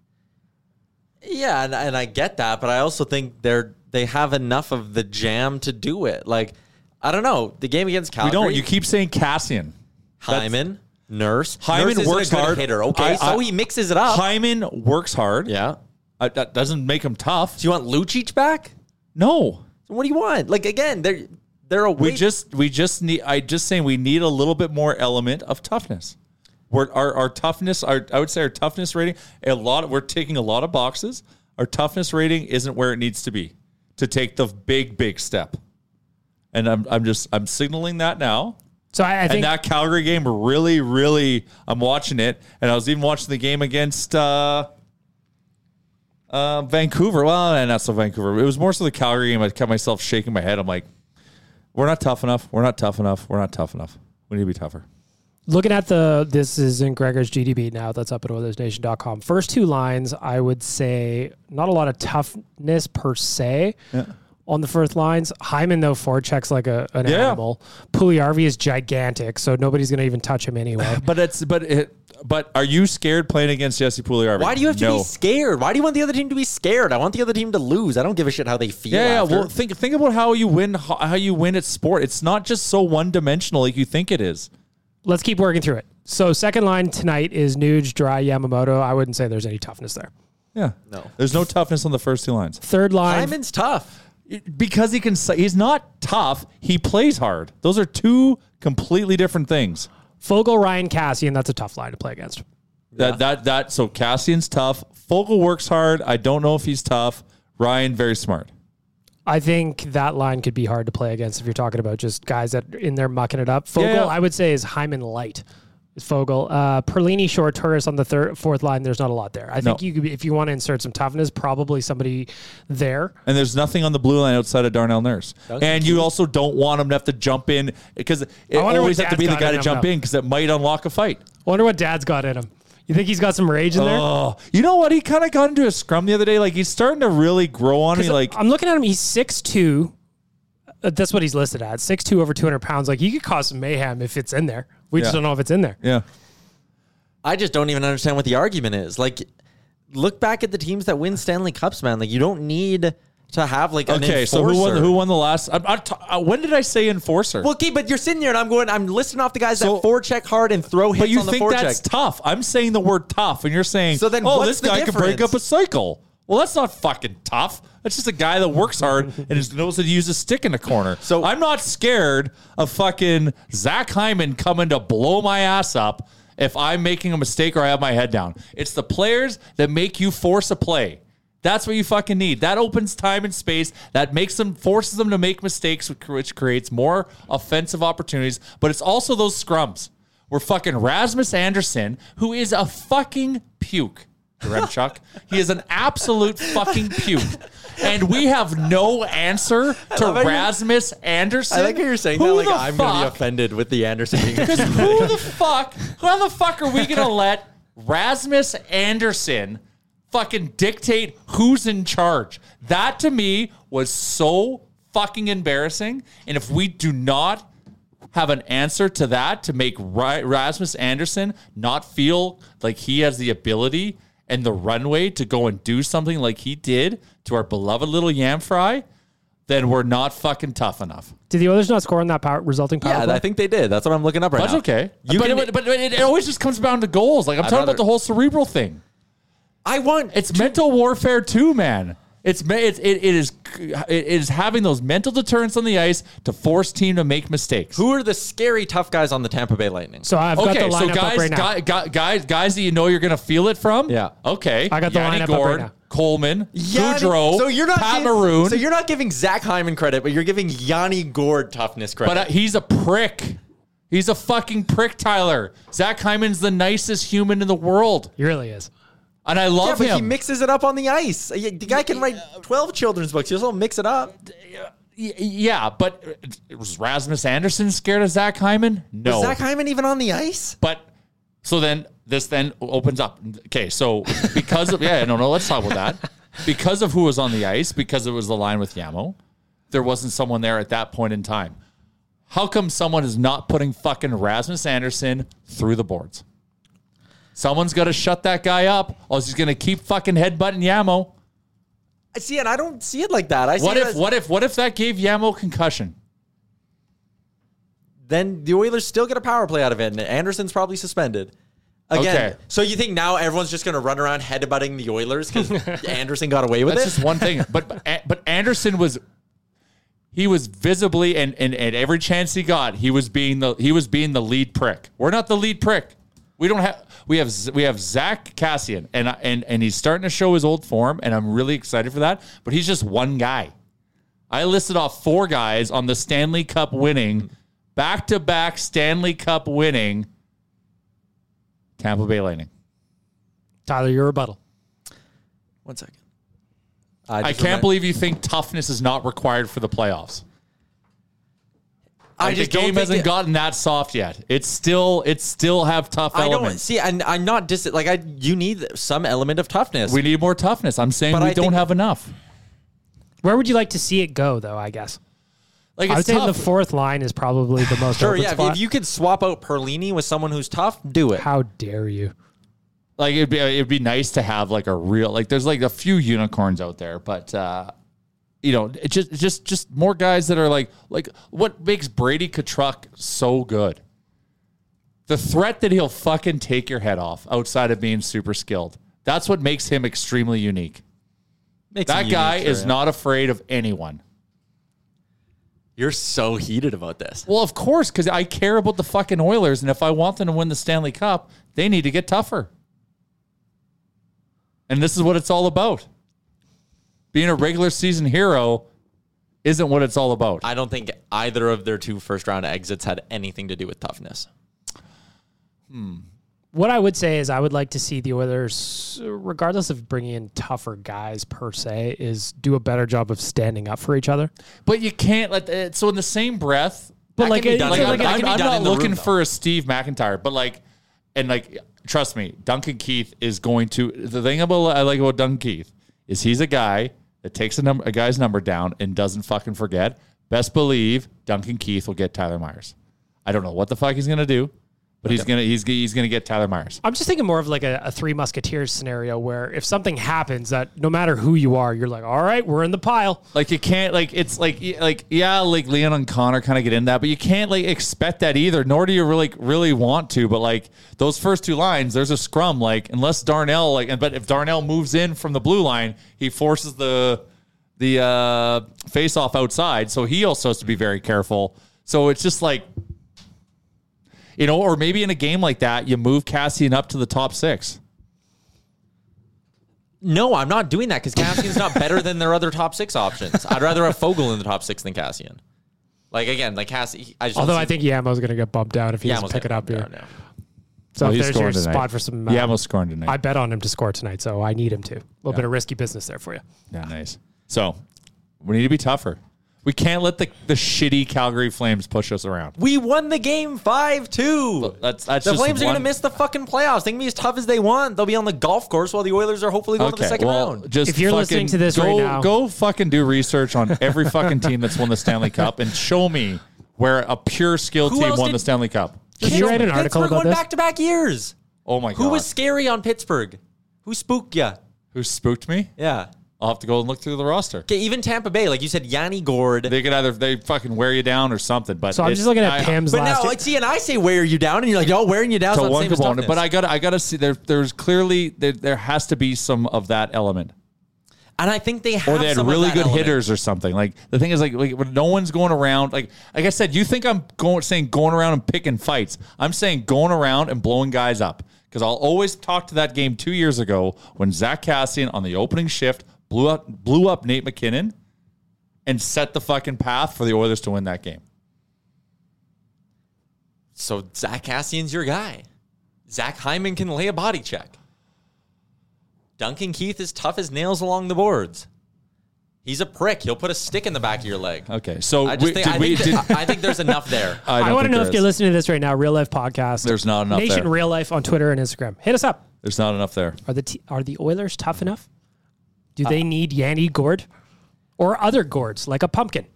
Speaker 8: Yeah, and, and I get that, but I also think they're they have enough of the jam to do it. Like I don't know the game against
Speaker 4: We
Speaker 8: Calgary.
Speaker 4: don't. You keep saying Cassian.
Speaker 8: Hyman Nurse.
Speaker 4: Hyman
Speaker 8: Nurse isn't
Speaker 4: works
Speaker 8: a good
Speaker 4: hard.
Speaker 8: hitter. Okay,
Speaker 4: I-
Speaker 8: so
Speaker 4: I-
Speaker 8: he mixes it up.
Speaker 4: Hyman works hard.
Speaker 8: yeah.
Speaker 4: Uh, that doesn't make him tough.
Speaker 8: Do you want Lucic back?
Speaker 4: No.
Speaker 8: What do you want? Like again, they're they're a
Speaker 4: We
Speaker 8: weak-
Speaker 4: just we just need I just saying we need a little bit more element of toughness. We're our, our toughness our I would say our toughness rating a lot we're taking a lot of boxes. Our toughness rating isn't where it needs to be to take the big big step. And I'm I'm just I'm signaling that now.
Speaker 9: So I, I
Speaker 4: and
Speaker 9: think
Speaker 4: that Calgary game really really I'm watching it and I was even watching the game against uh uh, Vancouver. Well, and not so Vancouver. It was more so the Calgary game. I kept myself shaking my head. I'm like, we're not tough enough. We're not tough enough. We're not tough enough. We need to be tougher.
Speaker 9: looking at the this is in Gregor's GDB now. That's up at OilersNation.com. First two lines, I would say not a lot of toughness per se. On the first lines, Hyman though forechecks like a, an
Speaker 4: Yeah.
Speaker 9: animal. Puliarvi is gigantic, so nobody's going to even touch him anyway.
Speaker 4: But it's but it, but are you scared playing against Jesse Pugliarvi?
Speaker 8: Why do you have to
Speaker 4: No.
Speaker 8: be scared? Why do you want the other team to be scared? I want the other team to lose. I don't give a shit how they feel.
Speaker 4: Yeah, yeah.
Speaker 8: after.
Speaker 4: Well, think think about how you win ho- how you win at sport. It's not just so one dimensional like you think it is.
Speaker 9: Let's keep working through it. So second line tonight is Nuge, Dry, Yamamoto. I wouldn't say there's any toughness there.
Speaker 4: Yeah. No. There's no toughness on the first two lines
Speaker 9: Third line,
Speaker 8: Hyman's tough.
Speaker 4: because he can. s- He's not tough. He plays hard. Those are two completely different things.
Speaker 9: Fogel, Ryan, Cassian. That's a tough line to play against.
Speaker 4: That that that. So Cassian's tough. Fogel works hard. I don't know if he's tough. Ryan very smart.
Speaker 9: I think that line could be hard to play against if you're talking about just guys that are in there mucking it up. Fogel,
Speaker 4: Yeah.
Speaker 9: I would say, is Hyman light. Is Fogel, uh, Perlini, Short, Torres on the third, fourth line. There's not a lot there. I think you, could, be- if you want to insert some toughness, probably somebody there.
Speaker 4: And there's nothing on the blue line outside of Darnell Nurse. and you also don't want him to have to jump in because it
Speaker 9: wonder what
Speaker 4: always have to
Speaker 9: Dad's
Speaker 4: be the
Speaker 9: got
Speaker 4: guy
Speaker 9: in
Speaker 4: to
Speaker 9: him
Speaker 4: jump
Speaker 9: now.
Speaker 4: in because it might unlock a fight.
Speaker 9: Wonder what Dad's got in him. You think he's got some rage in there?
Speaker 4: Oh, you know what? He kind of got into a scrum the other day. Like he's starting to really grow on me.
Speaker 9: 'Cause uh,
Speaker 4: Like
Speaker 9: I'm looking at him. He's 6'2". Uh, That's what he's listed at. 6'2", over 200 pounds. Like, he could cause some mayhem if it's in there. We just
Speaker 4: Yeah.
Speaker 9: don't know if it's in there.
Speaker 4: yeah,
Speaker 8: I just don't even understand what the argument is. Like, look back at the teams that win Stanley Cups, man. Like, you don't need to have like an
Speaker 4: okay. So who won?
Speaker 8: enforcer.
Speaker 4: Who won the last? I'm, I'm t- uh, when did I say enforcer?
Speaker 8: Well, okay, but you're sitting there and I'm going. I'm listing off the guys
Speaker 4: So-
Speaker 8: that forecheck hard and throw hits
Speaker 4: But you
Speaker 8: on the
Speaker 4: think that's
Speaker 8: forecheck.
Speaker 4: tough? I'm saying the word tough, and you're saying,
Speaker 8: So then
Speaker 4: oh,
Speaker 8: what's
Speaker 4: this
Speaker 8: the
Speaker 4: guy can break
Speaker 8: difference?
Speaker 4: up a cycle. Well, that's not fucking tough. That's just a guy that works hard and is, knows how to use a stick in a corner.
Speaker 8: So-
Speaker 4: I'm not scared of fucking Zach Hyman coming to blow my ass up if I'm making a mistake or I have my head down. It's the players that make you force a play. That's what you fucking need. That opens time and space. That makes them forces them to make mistakes, which creates more offensive opportunities. But it's also those scrums were fucking Rasmus Anderson, who is a fucking puke. Remchuk. he is an absolute fucking puke. And we have no answer to
Speaker 8: love how you're-
Speaker 4: Rasmus Anderson.
Speaker 8: I like how you're saying
Speaker 4: Who
Speaker 8: that.
Speaker 4: the
Speaker 8: Like I'm gonna be
Speaker 4: fuck-
Speaker 8: offended with the Anderson being.
Speaker 4: because who the fuck, how the fuck are we gonna let Rasmus Anderson fucking dictate who's in charge? That to me was so fucking embarrassing. And if we do not have an answer to that to make Ra- Rasmus Anderson not feel like he has the ability and the runway to go and do something like he did to our beloved little yam fry, then we're not fucking tough enough.
Speaker 9: Did the others not score on that power, resulting power
Speaker 8: yeah,
Speaker 9: play?
Speaker 8: I think they did. That's what I'm looking up right
Speaker 4: That's
Speaker 8: now.
Speaker 4: okay.
Speaker 8: You
Speaker 4: but,
Speaker 8: can-
Speaker 4: it, but it, it always just comes down to goals. Like I'm
Speaker 8: I'd
Speaker 4: talking
Speaker 8: rather-
Speaker 4: about the whole cerebral thing.
Speaker 8: I want
Speaker 4: It's mental warfare too, man. It's ma- it's it, it is it is having those mental deterrents on the ice to force team to make mistakes.
Speaker 8: Who are the scary tough guys on the Tampa Bay Lightning?
Speaker 9: so I've got
Speaker 4: okay,
Speaker 9: the
Speaker 4: so
Speaker 9: lineup
Speaker 4: guys,
Speaker 9: up right now.
Speaker 4: guy- guy- guys, guys that you know you're gonna feel it from.
Speaker 8: Yeah.
Speaker 4: Okay.
Speaker 9: I got the lineup
Speaker 4: Yanni
Speaker 9: up
Speaker 4: Gord,
Speaker 9: right now.
Speaker 4: Coleman,
Speaker 8: Yanni-
Speaker 4: Goudreau,
Speaker 8: so you're not
Speaker 4: Pat
Speaker 8: giving-
Speaker 4: Maroon.
Speaker 8: So you're not giving Zach Hyman credit, but you're giving Yanni Gord toughness credit.
Speaker 4: But uh, he's a prick. He's a fucking prick, Tyler. Zach Hyman's the nicest human in the world,
Speaker 9: he really is.
Speaker 4: and I
Speaker 8: yeah,
Speaker 4: love
Speaker 8: but
Speaker 4: him.
Speaker 8: he mixes it up on the ice. The guy can write 12 children's books. He'll mix it up.
Speaker 4: Y- Yeah, but uh, was Rasmus Anderson scared of Zach Hyman? No.
Speaker 8: Is Zach Hyman even on the ice?
Speaker 4: but so then this then opens up. Okay, so because of yeah, no, no, let's talk about that. Because of who was on the ice, because it was the line with Yamo, there wasn't someone there at that point in time. How come someone is not putting fucking Rasmus Anderson through the boards? Someone's got to shut that guy up, or else he's going to keep fucking headbutting Yamo.
Speaker 8: I see it. I don't see it like that. I see
Speaker 4: What
Speaker 8: it
Speaker 4: if?
Speaker 8: as-
Speaker 4: What if? What if that gave Yamo concussion?
Speaker 8: then the Oilers still get a power play out of it, and Anderson's probably suspended. Again,
Speaker 4: Okay.
Speaker 8: so you think now everyone's just going to run around headbutting the Oilers because Anderson got away with
Speaker 4: That's
Speaker 8: it?
Speaker 4: just one thing. But but- but Anderson was he was visibly and, and and every chance he got, he was being the he was being the lead prick. We're not the lead prick. We don't have we have Z- we have Zach Cassian and I- and and he's starting to show his old form, and I'm really excited for that. But he's just one guy. I listed off four guys on the Stanley Cup winning back to back Stanley Cup winning Tampa Bay Lightning.
Speaker 9: Tyler, your rebuttal.
Speaker 8: one second.
Speaker 4: I
Speaker 8: just
Speaker 4: can't
Speaker 8: remem-
Speaker 4: believe you think toughness is not required for the playoffs.
Speaker 8: I
Speaker 4: Like,
Speaker 8: just
Speaker 4: the
Speaker 8: don't
Speaker 4: game
Speaker 8: think
Speaker 4: hasn't
Speaker 8: it-
Speaker 4: gotten that soft yet. It's still it's still have tough
Speaker 8: I don't
Speaker 4: elements.
Speaker 8: see, and I'm not dis. Like I, you need some element of toughness.
Speaker 4: we need more toughness. I'm saying
Speaker 8: But
Speaker 4: we
Speaker 8: I
Speaker 4: don't
Speaker 8: think-
Speaker 4: have enough.
Speaker 9: Where would you like to see it go, though? I guess
Speaker 4: Like
Speaker 9: I would
Speaker 4: it's
Speaker 9: say
Speaker 4: tough.
Speaker 9: the fourth line is probably the most
Speaker 8: sure,
Speaker 9: open
Speaker 8: yeah. if-
Speaker 9: spot.
Speaker 8: If you could swap out Perlini with someone who's tough, do it.
Speaker 9: How dare you?
Speaker 4: like it'd be it'd be nice to have like a real like there's like a few unicorns out there, but uh you know, it just just just more guys that are like like what makes Brady Kachuk so good? The threat that he'll fucking take your head off outside of being super skilled. That's what makes him extremely unique.
Speaker 8: Makes him
Speaker 4: that
Speaker 8: unique,
Speaker 4: guy
Speaker 8: sure,
Speaker 4: is
Speaker 8: yeah.
Speaker 4: not afraid of anyone.
Speaker 8: You're so heated about this.
Speaker 4: Well, of course, because I care about the fucking Oilers, and if I want them to win the Stanley Cup, they need to get tougher. And this is what it's all about. Being a regular season hero isn't what it's all about.
Speaker 8: I don't think either of their two first round exits had anything to do with toughness.
Speaker 9: What I would say is I would like to see the Oilers, regardless of bringing in tougher guys per se, is do a better job of standing up for each other.
Speaker 4: but you can't let that. So in the same breath,
Speaker 9: But
Speaker 8: That
Speaker 9: like,
Speaker 8: can be
Speaker 9: it-
Speaker 8: done
Speaker 9: so
Speaker 4: like,
Speaker 8: in
Speaker 9: like,
Speaker 4: I'm,
Speaker 8: the-
Speaker 9: I-
Speaker 8: that can be
Speaker 4: I'm- I'm
Speaker 8: done
Speaker 4: not
Speaker 8: in the room,
Speaker 4: looking
Speaker 8: though.
Speaker 4: for a Steve McIntyre, but like, and like, trust me, Duncan Keith is going to. The thing about I like about Duncan Keith is he's a guy that takes a number, a guy's number down and doesn't fucking forget. Best believe Duncan Keith will get Tyler Myers. I don't know what the fuck he's gonna do, but he's gonna he's he's gonna get Tyler Myers.
Speaker 9: I'm just thinking more of like a, a Three Musketeers scenario where if something happens that no matter who you are, you're like, all right, we're in the pile.
Speaker 4: Like you can't like it's like y- like yeah like Leon and Connor kind of get in that, but you can't like expect that either. Nor do you really really want to. But like those first two lines, there's a scrum. Like unless Darnell like, and but if Darnell moves in from the blue line, he forces the the uh, face off outside. So he also has to be very careful. So it's just like you know, or maybe in a game like that, you move Cassian up to the top six.
Speaker 8: No, I'm not doing that because Cassian's not better than their other top six options. I'd rather have Fogel in the top six than Cassian. Like again, like Cassie. I just
Speaker 9: Although
Speaker 8: don't
Speaker 9: I
Speaker 8: see-
Speaker 9: think Yamo's going to get bumped out if he doesn't
Speaker 8: Yamo's
Speaker 9: pick it
Speaker 8: getting
Speaker 9: up here.
Speaker 8: bumped out now.
Speaker 9: So
Speaker 4: Well,
Speaker 9: if
Speaker 4: he's
Speaker 9: there's your
Speaker 4: scoring tonight.
Speaker 9: spot for some. uh,
Speaker 4: Yamo's scoring tonight.
Speaker 9: I bet on him to score tonight, so I need him to. A little bit of risky business there for you.
Speaker 4: Yeah, nice. So we need to be tougher. We can't let the, the shitty Calgary Flames push us around.
Speaker 8: We won the game five two.
Speaker 4: But that's- that's
Speaker 8: the
Speaker 4: just
Speaker 8: Flames are going
Speaker 4: one-
Speaker 8: to miss the fucking playoffs. They can be as tough as they want. They'll be on the golf course while the Oilers are hopefully going to the second round.
Speaker 4: just
Speaker 9: If you're
Speaker 4: fucking
Speaker 9: listening to this
Speaker 4: go,
Speaker 9: right now-
Speaker 4: go fucking do research on every fucking team that's won the Stanley Cup and show me where a pure skill
Speaker 8: Who
Speaker 4: team
Speaker 8: else
Speaker 4: won
Speaker 8: did-
Speaker 4: the Stanley Cup.
Speaker 9: Did you write an article
Speaker 8: Pittsburgh
Speaker 9: about
Speaker 8: won
Speaker 9: this?
Speaker 8: back to back years.
Speaker 4: Oh my god,
Speaker 8: Who was scary on Pittsburgh? Who spooked ya?
Speaker 4: who spooked me?
Speaker 8: Yeah.
Speaker 4: I'll have to go and look through the roster.
Speaker 8: Okay, even Tampa Bay, like you said, Yanni Gord.
Speaker 4: They could either they fucking wear you down or something. But
Speaker 9: So I'm
Speaker 4: it's-
Speaker 9: just looking at
Speaker 4: I-
Speaker 9: Pam's
Speaker 8: but
Speaker 9: last.
Speaker 8: now, like, see, and I say wear you down, and you're like, no, wearing you down.
Speaker 4: to
Speaker 8: not the
Speaker 4: one
Speaker 8: same as
Speaker 4: component, but
Speaker 8: toughness.
Speaker 4: I got to I got to see there. There's clearly there, there has to be some of that element,
Speaker 8: and I think they have
Speaker 4: or they had
Speaker 8: some of
Speaker 4: really
Speaker 8: that
Speaker 4: good
Speaker 8: element.
Speaker 4: hitters or something. Like the thing is, like, like when no one's going around. Like like I said, you think I'm going saying going around and picking fights. I'm saying going around and blowing guys up because I'll always talk to that game two years ago when Zach Cassian on the opening shift blew up blew up Nate McKinnon and set the fucking path for the Oilers to win that game.
Speaker 8: So Zach Cassian's your guy. Zach Hyman can lay a body check. Duncan Keith is tough as nails along the boards. He's a prick. He'll put a stick in the back of your leg.
Speaker 4: Okay, so
Speaker 8: I just
Speaker 4: we-
Speaker 8: think,
Speaker 4: did
Speaker 8: I,
Speaker 4: we-
Speaker 8: think
Speaker 4: did-
Speaker 8: that- I think there's enough there.
Speaker 4: I
Speaker 9: I,
Speaker 4: don't
Speaker 9: want to
Speaker 4: think
Speaker 9: know
Speaker 4: there
Speaker 9: if you're
Speaker 4: is.
Speaker 9: listening to this right now. Real life podcast.
Speaker 4: There's not enough
Speaker 9: Nation
Speaker 4: there.
Speaker 9: real life on Twitter and Instagram. Hit us up.
Speaker 4: There's not enough there.
Speaker 9: Are the t- are the Oilers tough enough? Do
Speaker 4: Uh,
Speaker 9: they need Yanni Gord or other gourds like a pumpkin?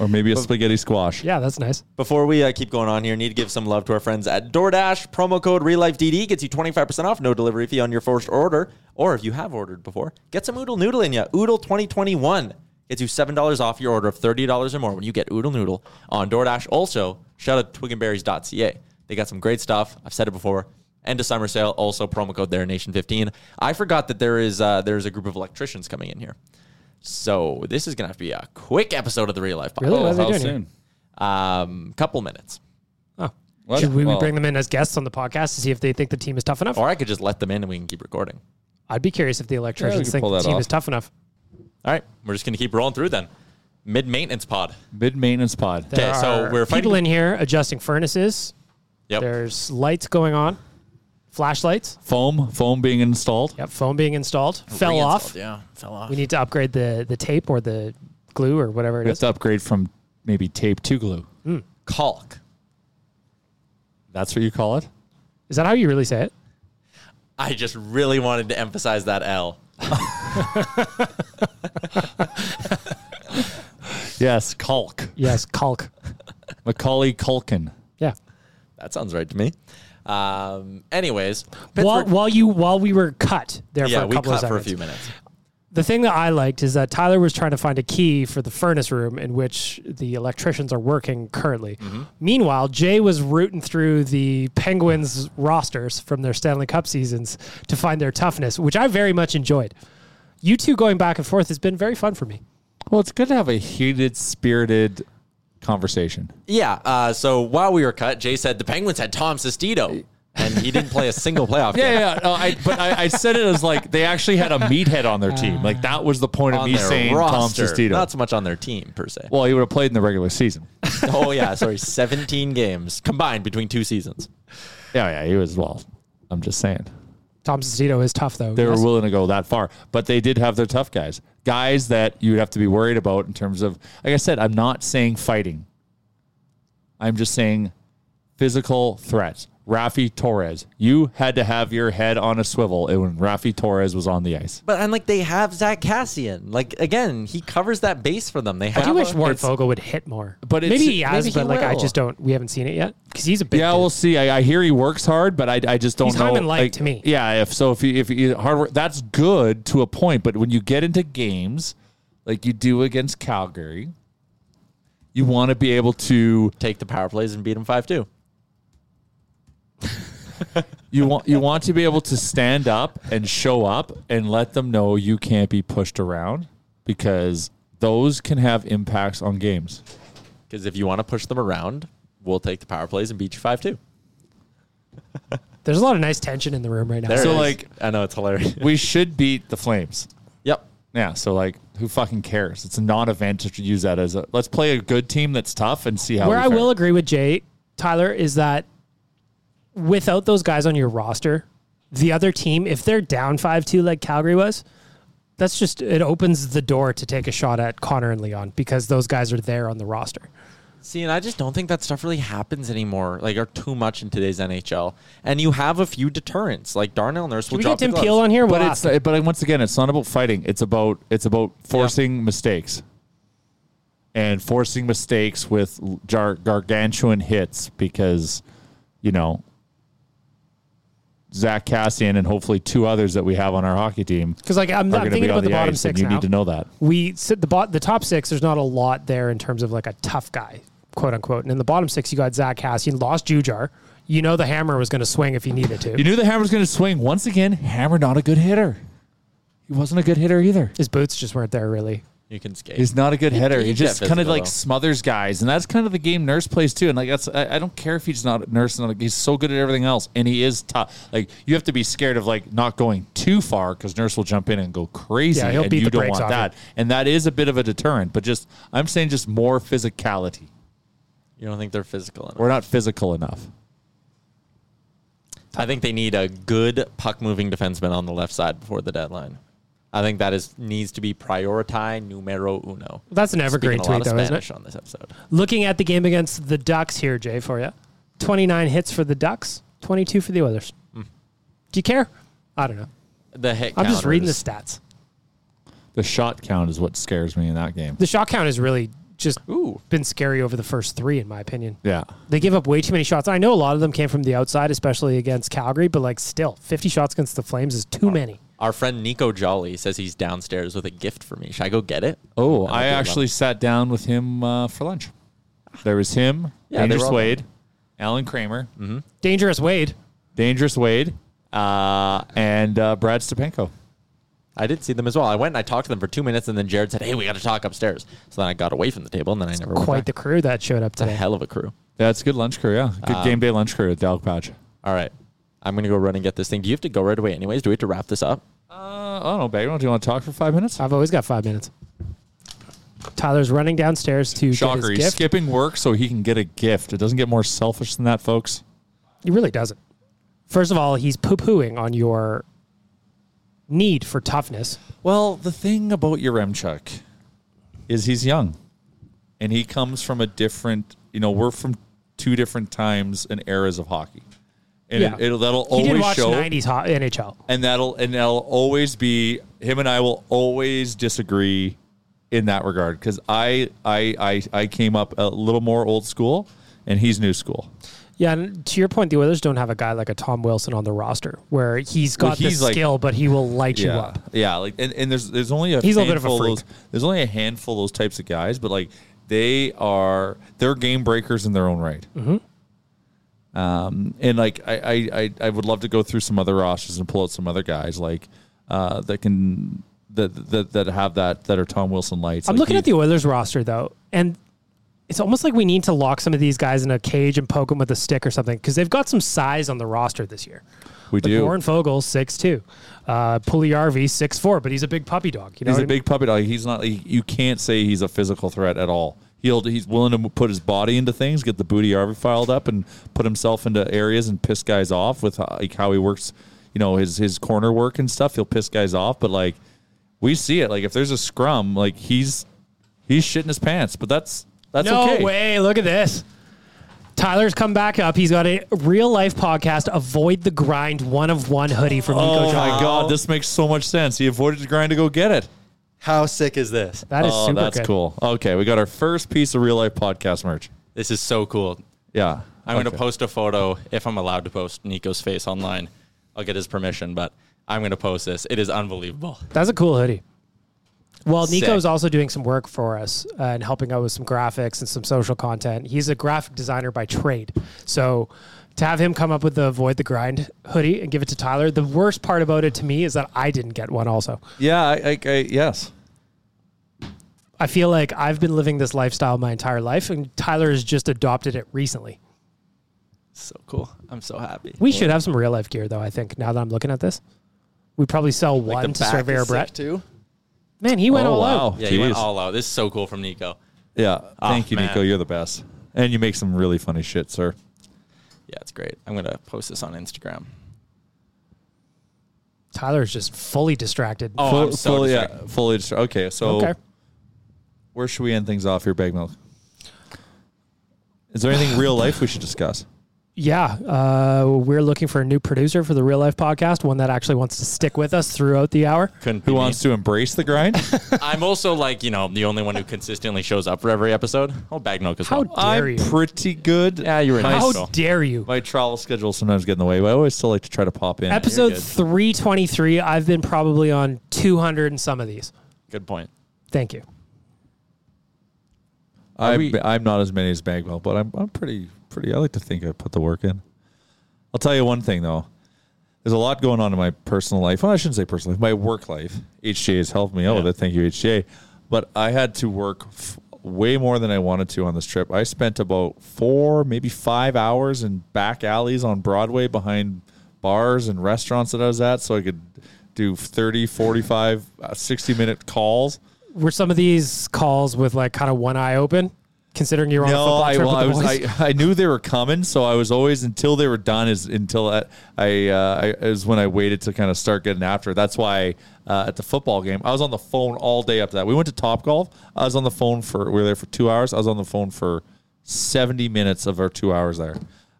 Speaker 4: Or maybe a spaghetti squash.
Speaker 9: Yeah, that's nice.
Speaker 8: Before we uh, keep going on here, need to give some love to our friends at DoorDash. Promo code RealLifeDD gets you 25% off, no delivery fee on your first order. Or if you have ordered before, get some Oodle Noodle in ya. Oodle 2021 gets you $7 off your order of $30 or more when you get Oodle Noodle on DoorDash. Also, shout out to twigandberries.ca. They got some great stuff. I've said it before. End of summer sale. Also, promo code there, Nation15. I forgot that there is uh, there is a group of electricians coming in here. So this is gonna have to be a quick episode of the Real Life Podcast.
Speaker 9: Really? What are they
Speaker 4: how
Speaker 9: doing
Speaker 4: soon?
Speaker 8: Um, couple minutes.
Speaker 9: here? Oh.
Speaker 4: What?
Speaker 9: Should we
Speaker 4: Well-
Speaker 9: bring them in as guests on the podcast to see if they think the team is tough enough?
Speaker 8: Or I could just let them in and we can keep recording.
Speaker 9: I'd be curious if the electricians
Speaker 4: could
Speaker 9: think
Speaker 4: pull
Speaker 9: the
Speaker 4: that
Speaker 9: team
Speaker 4: off.
Speaker 9: is tough enough.
Speaker 8: All right, we're just gonna keep rolling through then. Mid maintenance pod.
Speaker 4: Mid maintenance pod.
Speaker 9: There
Speaker 8: Okay, so
Speaker 9: are
Speaker 8: we're
Speaker 9: people
Speaker 8: fighting-
Speaker 9: in here adjusting furnaces.
Speaker 8: Yep.
Speaker 9: There's lights going on, flashlights.
Speaker 4: Foam, foam being installed.
Speaker 9: Yep, phone being installed. Fell off.
Speaker 8: Yeah, fell off.
Speaker 9: We need to upgrade the the tape or the glue or whatever it
Speaker 4: It's
Speaker 9: is.
Speaker 4: upgrade from maybe tape to glue.
Speaker 8: Caulk.
Speaker 4: That's what you call it.
Speaker 9: Is that how you really say it?
Speaker 8: I just really wanted to emphasize that L.
Speaker 4: Yes, Culk.
Speaker 9: Yes, caulk.
Speaker 4: Macaulay Culkin.
Speaker 9: Yeah.
Speaker 8: That sounds right to me. Um, anyways,
Speaker 9: While,
Speaker 8: Pittsburgh-
Speaker 9: while you while we were cut there
Speaker 8: yeah,
Speaker 9: for a
Speaker 8: we
Speaker 9: couple of
Speaker 8: cut
Speaker 9: seconds.
Speaker 8: for a few minutes.
Speaker 9: The thing that I liked is that Tyler was trying to find a key for the furnace room in which the electricians are working currently.
Speaker 8: Mm-hmm.
Speaker 9: Meanwhile, Jay was rooting through the Penguins rosters from their Stanley Cup seasons to find their toughness, which I very much enjoyed. You two going back and forth has been very fun for me.
Speaker 4: Well, it's good to have a heated, spirited conversation.
Speaker 8: Yeah. Uh, so while we were cut, Jay said the Penguins had Tom Sestito, and he didn't play a single playoff game.
Speaker 4: Yeah, yeah. No, I, but I, I said it as like they actually had a meathead on their team. Like that was the point of
Speaker 8: On
Speaker 4: me
Speaker 8: their
Speaker 4: saying
Speaker 8: roster,
Speaker 4: Tom Sestito.
Speaker 8: not so much on their team per se.
Speaker 4: well, he would have played in the regular season.
Speaker 8: oh yeah, sorry, seventeen games combined between two seasons.
Speaker 4: Yeah, yeah. He was. Well, I'm just saying.
Speaker 9: Tom Sestito is tough though.
Speaker 4: they
Speaker 9: yes?
Speaker 4: were willing to go that far. But they did have their tough guys, guys that you'd have to be worried about in terms of, like I said, I'm not saying fighting. I'm just saying physical threats. Rafi Torres, you had to have your head on a swivel when Rafi Torres was on the ice.
Speaker 8: But and like they have Zach Cassian. Like again, he covers that base for them. They
Speaker 9: I
Speaker 8: have
Speaker 9: do wish
Speaker 8: a-
Speaker 9: Warren
Speaker 8: it's-
Speaker 9: Fogle would hit more.
Speaker 4: But it's-
Speaker 9: maybe he has,
Speaker 8: maybe he
Speaker 9: but like I
Speaker 8: will.
Speaker 9: just don't. We haven't seen it yet because he's a big.
Speaker 4: Yeah,
Speaker 9: dude.
Speaker 4: we'll see. I, I hear he works hard, but I, I just don't
Speaker 9: He's
Speaker 4: know.
Speaker 9: Hyman Light to me.
Speaker 4: Yeah, if so, if you, if you hard work, that's good to a point. But when you get into games like you do against Calgary, you want to be able to
Speaker 8: take the power plays and beat them five two.
Speaker 4: You want you want to be able to stand up and show up and let them know you can't be pushed around because those can have impacts on games.
Speaker 8: Because if you want to push them around, we'll take the power plays and beat you five two.
Speaker 9: There's a lot of nice tension in the room right now.
Speaker 4: So, like-
Speaker 8: I know it's hilarious.
Speaker 4: We should beat the Flames.
Speaker 8: yep.
Speaker 4: Yeah, so like, who fucking cares? It's a non-event to use that as a let's play a good team that's tough and see how.
Speaker 9: Where
Speaker 4: we
Speaker 9: I
Speaker 4: fare.
Speaker 9: will agree with Jay Tyler is that without those guys on your roster, the other team, if they're down five two like Calgary was, that's just it opens the door to take a shot at Connor and Leon because those guys are there on the roster.
Speaker 8: See, and I just don't think that stuff really happens anymore, like, or too much in today's NHL. And you have a few deterrents, like Darnell Nurse will
Speaker 9: we
Speaker 8: drop
Speaker 9: get
Speaker 8: the
Speaker 9: Tim
Speaker 8: gloves.
Speaker 9: Peel on here?
Speaker 4: but
Speaker 9: We'll
Speaker 4: it's
Speaker 9: ask him.
Speaker 4: but once again, it's not about fighting. It's about it's about forcing mistakes, and forcing mistakes with l- jar, gargantuan hits because, you know, Zach Cassian and hopefully two others that we have on our hockey team
Speaker 9: 'Cause, like, I'm-
Speaker 4: are
Speaker 9: I'm
Speaker 4: gonna
Speaker 9: thinking
Speaker 4: be on
Speaker 9: about the bottom
Speaker 4: ice, and
Speaker 9: six
Speaker 4: you
Speaker 9: now.
Speaker 4: need to know that.
Speaker 9: we sit the bot the top six. There's not a lot there in terms of like a tough guy, quote unquote. And in the bottom six, you got Zach Cassian, lost Jujar. You know the hammer was going to swing if he needed to.
Speaker 4: You knew the hammer was going to swing once again. Hammer not a good hitter. He wasn't a good hitter either.
Speaker 9: His boots just weren't there really.
Speaker 8: You can skate.
Speaker 4: He's not a good header. He
Speaker 8: he's got
Speaker 4: just kind of
Speaker 8: physical,
Speaker 4: like
Speaker 8: though.
Speaker 4: smothers guys, and that's kind of the game Nurse plays too. And like that's I, I don't care if he's not Nurse, not he's so good at everything else, and he is tough. Like you have to be scared of like not going too far because Nurse will jump in and go crazy,
Speaker 9: Yeah, he'll
Speaker 4: and
Speaker 9: beat
Speaker 4: you
Speaker 9: the
Speaker 4: don't
Speaker 9: brakes
Speaker 4: want
Speaker 9: off
Speaker 4: that.
Speaker 9: you.
Speaker 4: And that is a bit of a deterrent, but just I'm saying just more physicality.
Speaker 8: You don't think they're physical enough.
Speaker 4: We're not physical enough.
Speaker 8: I think they need a good puck moving defenseman on the left side before the deadline. I think that is needs to be prioritized numero uno.
Speaker 9: That's an evergreen
Speaker 8: Speaking a lot
Speaker 9: tweet,
Speaker 8: of
Speaker 9: though, isn't it?
Speaker 8: Spanish on this episode.
Speaker 9: Looking at the game against the Ducks here, Jay, for you. 29 hits for the Ducks, 22 for the Oilers.
Speaker 4: Hmm.
Speaker 9: Do you care? I don't know.
Speaker 8: The hit.
Speaker 9: I'm just reading the
Speaker 8: counters.
Speaker 9: stats.
Speaker 4: The shot count is what scares me in that game.
Speaker 9: The shot count has really just
Speaker 8: Ooh.
Speaker 9: been scary over the first three, in my opinion.
Speaker 4: Yeah,
Speaker 9: They give up way too many shots. I know a lot of them came from the outside, especially against Calgary, but like still, 50 shots against the Flames is too many.
Speaker 8: Our friend Nico Jolly says he's downstairs with a gift for me. Should I go get it?
Speaker 4: Oh,
Speaker 8: might
Speaker 4: I
Speaker 8: be a
Speaker 4: actually sat down with him uh, for lunch. There was him,
Speaker 8: Yeah, they were
Speaker 4: Dangerous
Speaker 8: all-
Speaker 4: Wade, Alan Kramer,
Speaker 9: Dangerous Wade.
Speaker 4: Dangerous Wade, uh, and uh, Brad Stepenko.
Speaker 8: I did see them as well. I went and I talked to them for two minutes, and then Jared said, "Hey, we got to talk upstairs." So then I got away from the table, and then I never
Speaker 9: Quite
Speaker 8: went
Speaker 9: the
Speaker 8: back.
Speaker 9: crew that showed up
Speaker 8: It's a
Speaker 9: today.
Speaker 8: hell of a crew.
Speaker 4: Yeah, it's a good lunch crew. Yeah, good game day lunch crew at Dalk Patch.
Speaker 8: All right, I'm gonna go run and get this thing. Do you have to go right away? Anyways, do we have to wrap this up?
Speaker 4: Uh, I don't know, Bagman. Do you want to talk for five minutes?
Speaker 9: I've always got five minutes. Tyler's running downstairs to
Speaker 4: Shocker,
Speaker 9: get
Speaker 4: he's
Speaker 9: his gift.
Speaker 4: skipping work so he can get a gift. It doesn't get more selfish than that, folks.
Speaker 9: He really doesn't. First of all, he's poo pooing on your need for toughness.
Speaker 4: Well, the thing about your Remchuk is he's young, and he comes from a different. You know, we're from two different times and eras of hockey, and
Speaker 9: Yeah.
Speaker 4: it, it'll, that'll
Speaker 9: He did
Speaker 4: always
Speaker 9: watch
Speaker 4: show.
Speaker 9: 90s ho- NHL.
Speaker 4: And that'll and that'll always be him and I will always disagree in that regard because I, I I I came up a little more old school, and he's new school.
Speaker 9: Yeah, and to your point, the Oilers don't have a guy like a Tom Wilson on the roster where he's got
Speaker 4: Well, he's
Speaker 9: the
Speaker 4: like-
Speaker 9: skill, but he will light you
Speaker 4: yeah.
Speaker 9: up.
Speaker 4: Yeah, like and, and there's there's only a
Speaker 9: He's a little bit of a
Speaker 4: handful
Speaker 9: freak.
Speaker 4: those- there's only a handful of those types of guys, but like they are they're game breakers in their own right. Mm-hmm.
Speaker 9: Mm-hmm.
Speaker 4: Um, and like I, I I I would love to go through some other rosters and pull out some other guys like uh that can that that that have that that are Tom Wilson lights.
Speaker 9: I'm
Speaker 4: Like,
Speaker 9: looking
Speaker 4: he-
Speaker 9: at the Oilers roster though, and it's almost like we need to lock some of these guys in a cage and poke them with a stick or something because they've got some size on the roster this year.
Speaker 4: we do.
Speaker 9: Warren Fogle, six two, uh, Puliarvi, six four, but he's a big puppy dog. You know,
Speaker 4: He's
Speaker 9: what I
Speaker 4: a
Speaker 9: mean?
Speaker 4: big puppy dog. He's not. He, you can't say he's a physical threat at all. He'll. He's willing to put his body into things, get the booty RV filed up, and put himself into areas and piss guys off with how, like how he works. You know his his corner work and stuff. He'll piss guys off, but like we see it. Like if there's a scrum, like he's he's shitting his pants. But that's that's
Speaker 9: no
Speaker 4: okay.
Speaker 9: way. Look at this. Tyler's come back up. He's got a real life podcast, Avoid the Grind one of one hoodie from Nico
Speaker 4: Oh my
Speaker 9: Johnson.
Speaker 4: god, this makes so much sense. He avoided the grind to go get it.
Speaker 8: How sick is this?
Speaker 9: That is
Speaker 4: oh,
Speaker 9: super
Speaker 4: that's
Speaker 9: good.
Speaker 4: cool. Okay, we got our first piece of real life podcast merch.
Speaker 1: This is so cool.
Speaker 4: Yeah,
Speaker 1: I'm going
Speaker 4: Okay.
Speaker 1: to post a photo if I'm allowed to post Nico's face online. I'll get his permission, but I'm going to post this. It is unbelievable.
Speaker 9: That's a cool hoodie. Well, Nico's
Speaker 1: Sick.
Speaker 9: also doing some work for us uh, and helping out with some graphics and some social content. He's a graphic designer by trade. So to have him come up with the Avoid the Grind hoodie and give it to Tyler, the worst part about it to me is that I didn't get one also.
Speaker 4: Yeah, I, I, I yes.
Speaker 9: I feel like I've been living this lifestyle my entire life, and Tyler has just adopted it recently.
Speaker 1: So cool. I'm so happy.
Speaker 9: We should have some real life gear, though. I think now that I'm looking at this, we probably sell one to Surveyor Brett.
Speaker 8: too. Oh,
Speaker 9: Man, he went all out.
Speaker 8: Yeah, you went
Speaker 4: Oh, Jeez.
Speaker 8: all out. This is so cool from Nico.
Speaker 4: Yeah.
Speaker 8: Oh,
Speaker 4: Thank you,
Speaker 8: man.
Speaker 4: Nico. You're the best. And you make some really funny shit, sir.
Speaker 8: Yeah, it's great. I'm gonna post this on Instagram.
Speaker 9: Tyler's just fully distracted.
Speaker 8: Oh,
Speaker 4: Full-
Speaker 8: I'm so
Speaker 4: fully, yeah,
Speaker 8: distracted.
Speaker 4: fully distra- Okay, so
Speaker 9: okay.
Speaker 4: where should we end things off here, Bag Milk? Is there anything real life we should discuss?
Speaker 9: Yeah, uh, we're looking for a new producer for the Real Life Podcast, one that actually wants to stick with us throughout the hour.
Speaker 8: Couldn't be
Speaker 4: Who
Speaker 8: me.
Speaker 4: wants to embrace the grind?
Speaker 8: I'm also like you know the only one who consistently shows up for every episode. I'll bag milk as
Speaker 9: How
Speaker 8: well.
Speaker 9: dare
Speaker 4: I'm
Speaker 9: you?
Speaker 4: pretty good. Yeah, you're
Speaker 8: nice,
Speaker 9: How
Speaker 8: though.
Speaker 9: dare you?
Speaker 4: My travel schedule sometimes get in the way, but I always still like to try to pop in.
Speaker 9: Episode
Speaker 8: good.
Speaker 9: 323, I've been probably on 200 and some of these.
Speaker 8: Good point.
Speaker 9: Thank you.
Speaker 4: I,
Speaker 8: we-
Speaker 4: I'm not as many as Bagwell, but I'm, I'm pretty pretty. I like to think I put the work in. I'll tell you one thing though. There's a lot going on in my personal life. Well, I shouldn't say personal life. My work life. HJ has helped me out with it. Thank you, HJ. But I had to work f- way more than I wanted to on this trip. I spent about four, maybe five hours in back alleys on Broadway behind bars and restaurants that I was at so I could do 30, 45, uh, 60 minute calls.
Speaker 9: Were some of these calls with like kind of one eye open, considering you were on a football
Speaker 4: I,
Speaker 9: trip
Speaker 4: well,
Speaker 9: with
Speaker 4: I
Speaker 9: the
Speaker 4: was.
Speaker 9: boys?
Speaker 4: I, I knew they were coming, so I was always until they were done. Is until I, I, uh, I is when I waited to kind of start getting after. it. That's why uh, at the football game, I was on the phone all day after that. We went to Top Golf. I was on the phone for. We were there for two hours. I was on the phone for seventy minutes of our two hours there.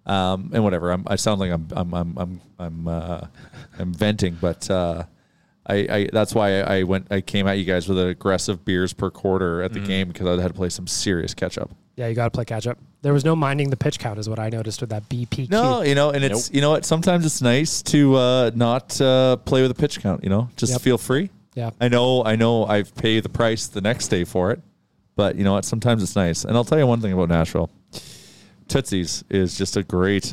Speaker 4: Um, and whatever. I'm, I sound like I'm I'm I'm I'm I'm, uh, I'm venting, but. Uh, I, I that's why I went. I came at you guys with an aggressive beers per quarter at the game because I had to play some serious catch up.
Speaker 9: yeah, you got to play catch up. There was no minding the pitch count, is what I noticed with that BPQ.
Speaker 4: No, you know, and it's you know what. Sometimes it's nice to uh, not uh, play with a pitch count. You know, just
Speaker 9: Yep.
Speaker 4: feel free.
Speaker 9: Yeah.
Speaker 4: I know. I know. I've paid the price the next day for it, but you know what? Sometimes it's nice. And I'll tell you one thing about Nashville. Tootsie's is just a great.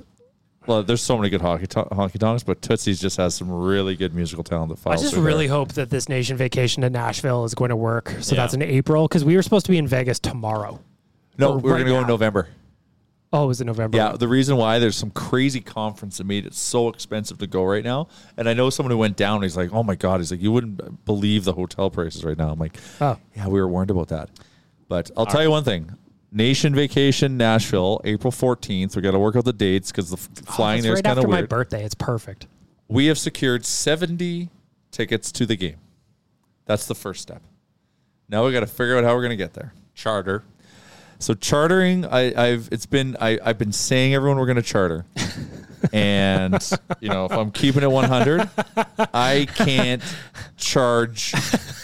Speaker 4: Well, there's so many good hockey to- honky tonks, but Tootsie's just has some really good musical talent that
Speaker 9: I
Speaker 4: files.
Speaker 9: just
Speaker 4: through there.
Speaker 9: really hope that this nation vacation to Nashville is going to work. So
Speaker 8: Yeah.
Speaker 9: that's in April because we were supposed to be in Vegas tomorrow.
Speaker 4: no.
Speaker 9: or
Speaker 4: We're
Speaker 9: right
Speaker 4: gonna go
Speaker 9: now.
Speaker 4: in November.
Speaker 9: Oh, it was in November.
Speaker 4: Yeah, the reason why there's some crazy conference that made it so expensive to go right now. And I know someone who went down. He's like, "Oh my god!" He's like, "You wouldn't believe the hotel prices right now." I'm like,
Speaker 9: Oh.
Speaker 4: yeah, we were warned about that." But I'll tell you one thing: Nation Vacation Nashville, April 14th. We got to work out the dates because the f- flying
Speaker 9: It's
Speaker 4: there is
Speaker 9: Oh, right
Speaker 4: kind
Speaker 9: after
Speaker 4: of
Speaker 9: my
Speaker 4: weird.
Speaker 9: birthday. It's perfect.
Speaker 4: we have secured 70 tickets to the game. That's the first step. Now we got to figure out how we're going to get there.
Speaker 8: Charter.
Speaker 4: So chartering, I, I've it's been I, I've been saying everyone we're going to charter, and you know if I'm keeping it 100, I can't charge,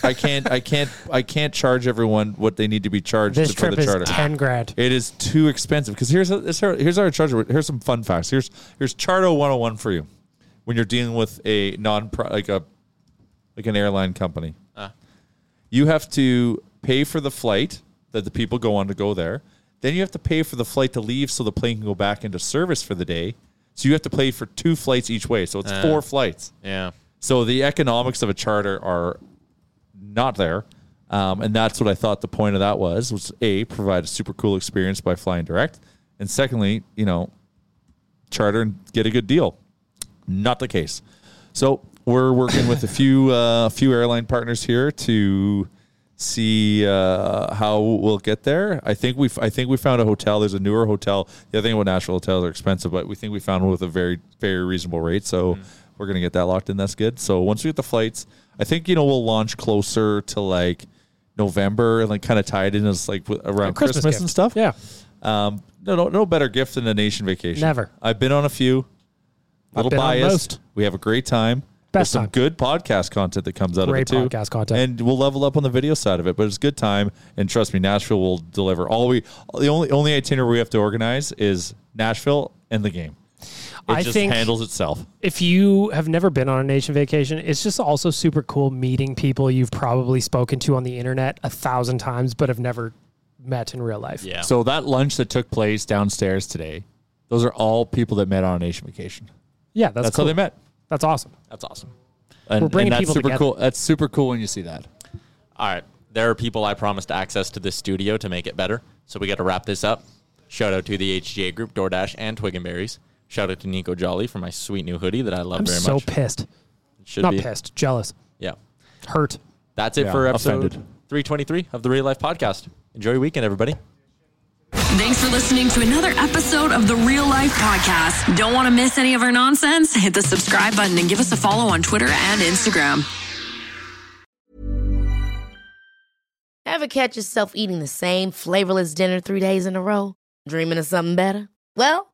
Speaker 4: I can't I can't I can't charge everyone what they need to be charged
Speaker 9: This
Speaker 4: to- for
Speaker 9: trip
Speaker 4: the
Speaker 9: is
Speaker 4: charter.
Speaker 9: ten grand.
Speaker 4: It is too expensive because here's here's how- here's our charger. Here's some fun facts. Here's here's Charter 101 for you when you're dealing with a non like a like an airline company. You have to pay for the flight that the people go on to go there. Then you have to pay for the flight to leave so the plane can go back into service for the day. So you have to pay for two flights each way. So it's four flights.
Speaker 8: Yeah.
Speaker 4: So the economics of a charter are not there. Um, and that's what I thought the point of that was, was A, provide a super cool experience by flying direct. And secondly, you know, charter and get a good deal. Not the case. So we're working with a few uh, few airline partners here to see uh, how we'll get there. I think we I think we found a hotel. There's a newer hotel. The other thing about national hotels are expensive, but we think we found one with a very very reasonable rate. So
Speaker 9: Mm-hmm.
Speaker 4: we're gonna get that locked in. That's good. So once we get the flights, I think you know we'll launch closer to like November and like kind of tied in as like with, around Christmas,
Speaker 9: gift.
Speaker 4: and stuff.
Speaker 9: Yeah.
Speaker 4: Um, no, no, no better gift than a nation vacation.
Speaker 9: Never.
Speaker 4: I've been on a few. Little
Speaker 9: been on
Speaker 4: biased.
Speaker 9: most.
Speaker 4: We have a great time. There's
Speaker 9: Best
Speaker 4: some
Speaker 9: time.
Speaker 4: good podcast content that comes out
Speaker 9: Great
Speaker 4: of it too.
Speaker 9: podcast content.
Speaker 4: and we'll level up on the video side of it. But it's a good time, and trust me, Nashville will deliver. All we, the only only itinerary we have to organize is Nashville and the game. It
Speaker 9: I
Speaker 4: just
Speaker 9: think-
Speaker 4: handles itself.
Speaker 9: If you have never been on a nation vacation, it's just also super cool meeting people you've probably spoken to on the internet a thousand times but have never met in real life.
Speaker 8: Yeah.
Speaker 4: So that lunch that took place downstairs today, those are all people that met on a nation vacation.
Speaker 9: Yeah, that's,
Speaker 4: That's
Speaker 9: cool.
Speaker 4: how they met.
Speaker 9: That's awesome.
Speaker 8: That's awesome.
Speaker 4: And,
Speaker 9: We're bringing
Speaker 4: and that's
Speaker 9: people
Speaker 4: super
Speaker 9: together.
Speaker 4: cool. That's super cool when you see that.
Speaker 8: All right. There are people I promised access to this studio to make it better. So we got to wrap this up. Shout out to the HGA group, DoorDash, and Twig and Berries. Shout out to Nico Jolly for my sweet new hoodie that I love
Speaker 9: I'm
Speaker 8: very
Speaker 9: so
Speaker 8: much.
Speaker 9: pissed.
Speaker 8: Should
Speaker 9: Not
Speaker 8: be.
Speaker 9: pissed. Jealous.
Speaker 8: Yeah.
Speaker 9: Hurt.
Speaker 8: That's it
Speaker 11: Yeah,
Speaker 8: for episode
Speaker 11: offended.
Speaker 8: 323 of the Real Life Podcast. Enjoy your weekend, everybody.
Speaker 12: Thanks for listening to another episode of the Real Life Podcast. Don't want to miss any of our nonsense? Hit the subscribe button and give us a follow on Twitter and Instagram.
Speaker 4: Ever catch yourself eating the same flavorless dinner three days in a row? Dreaming of something better? Well,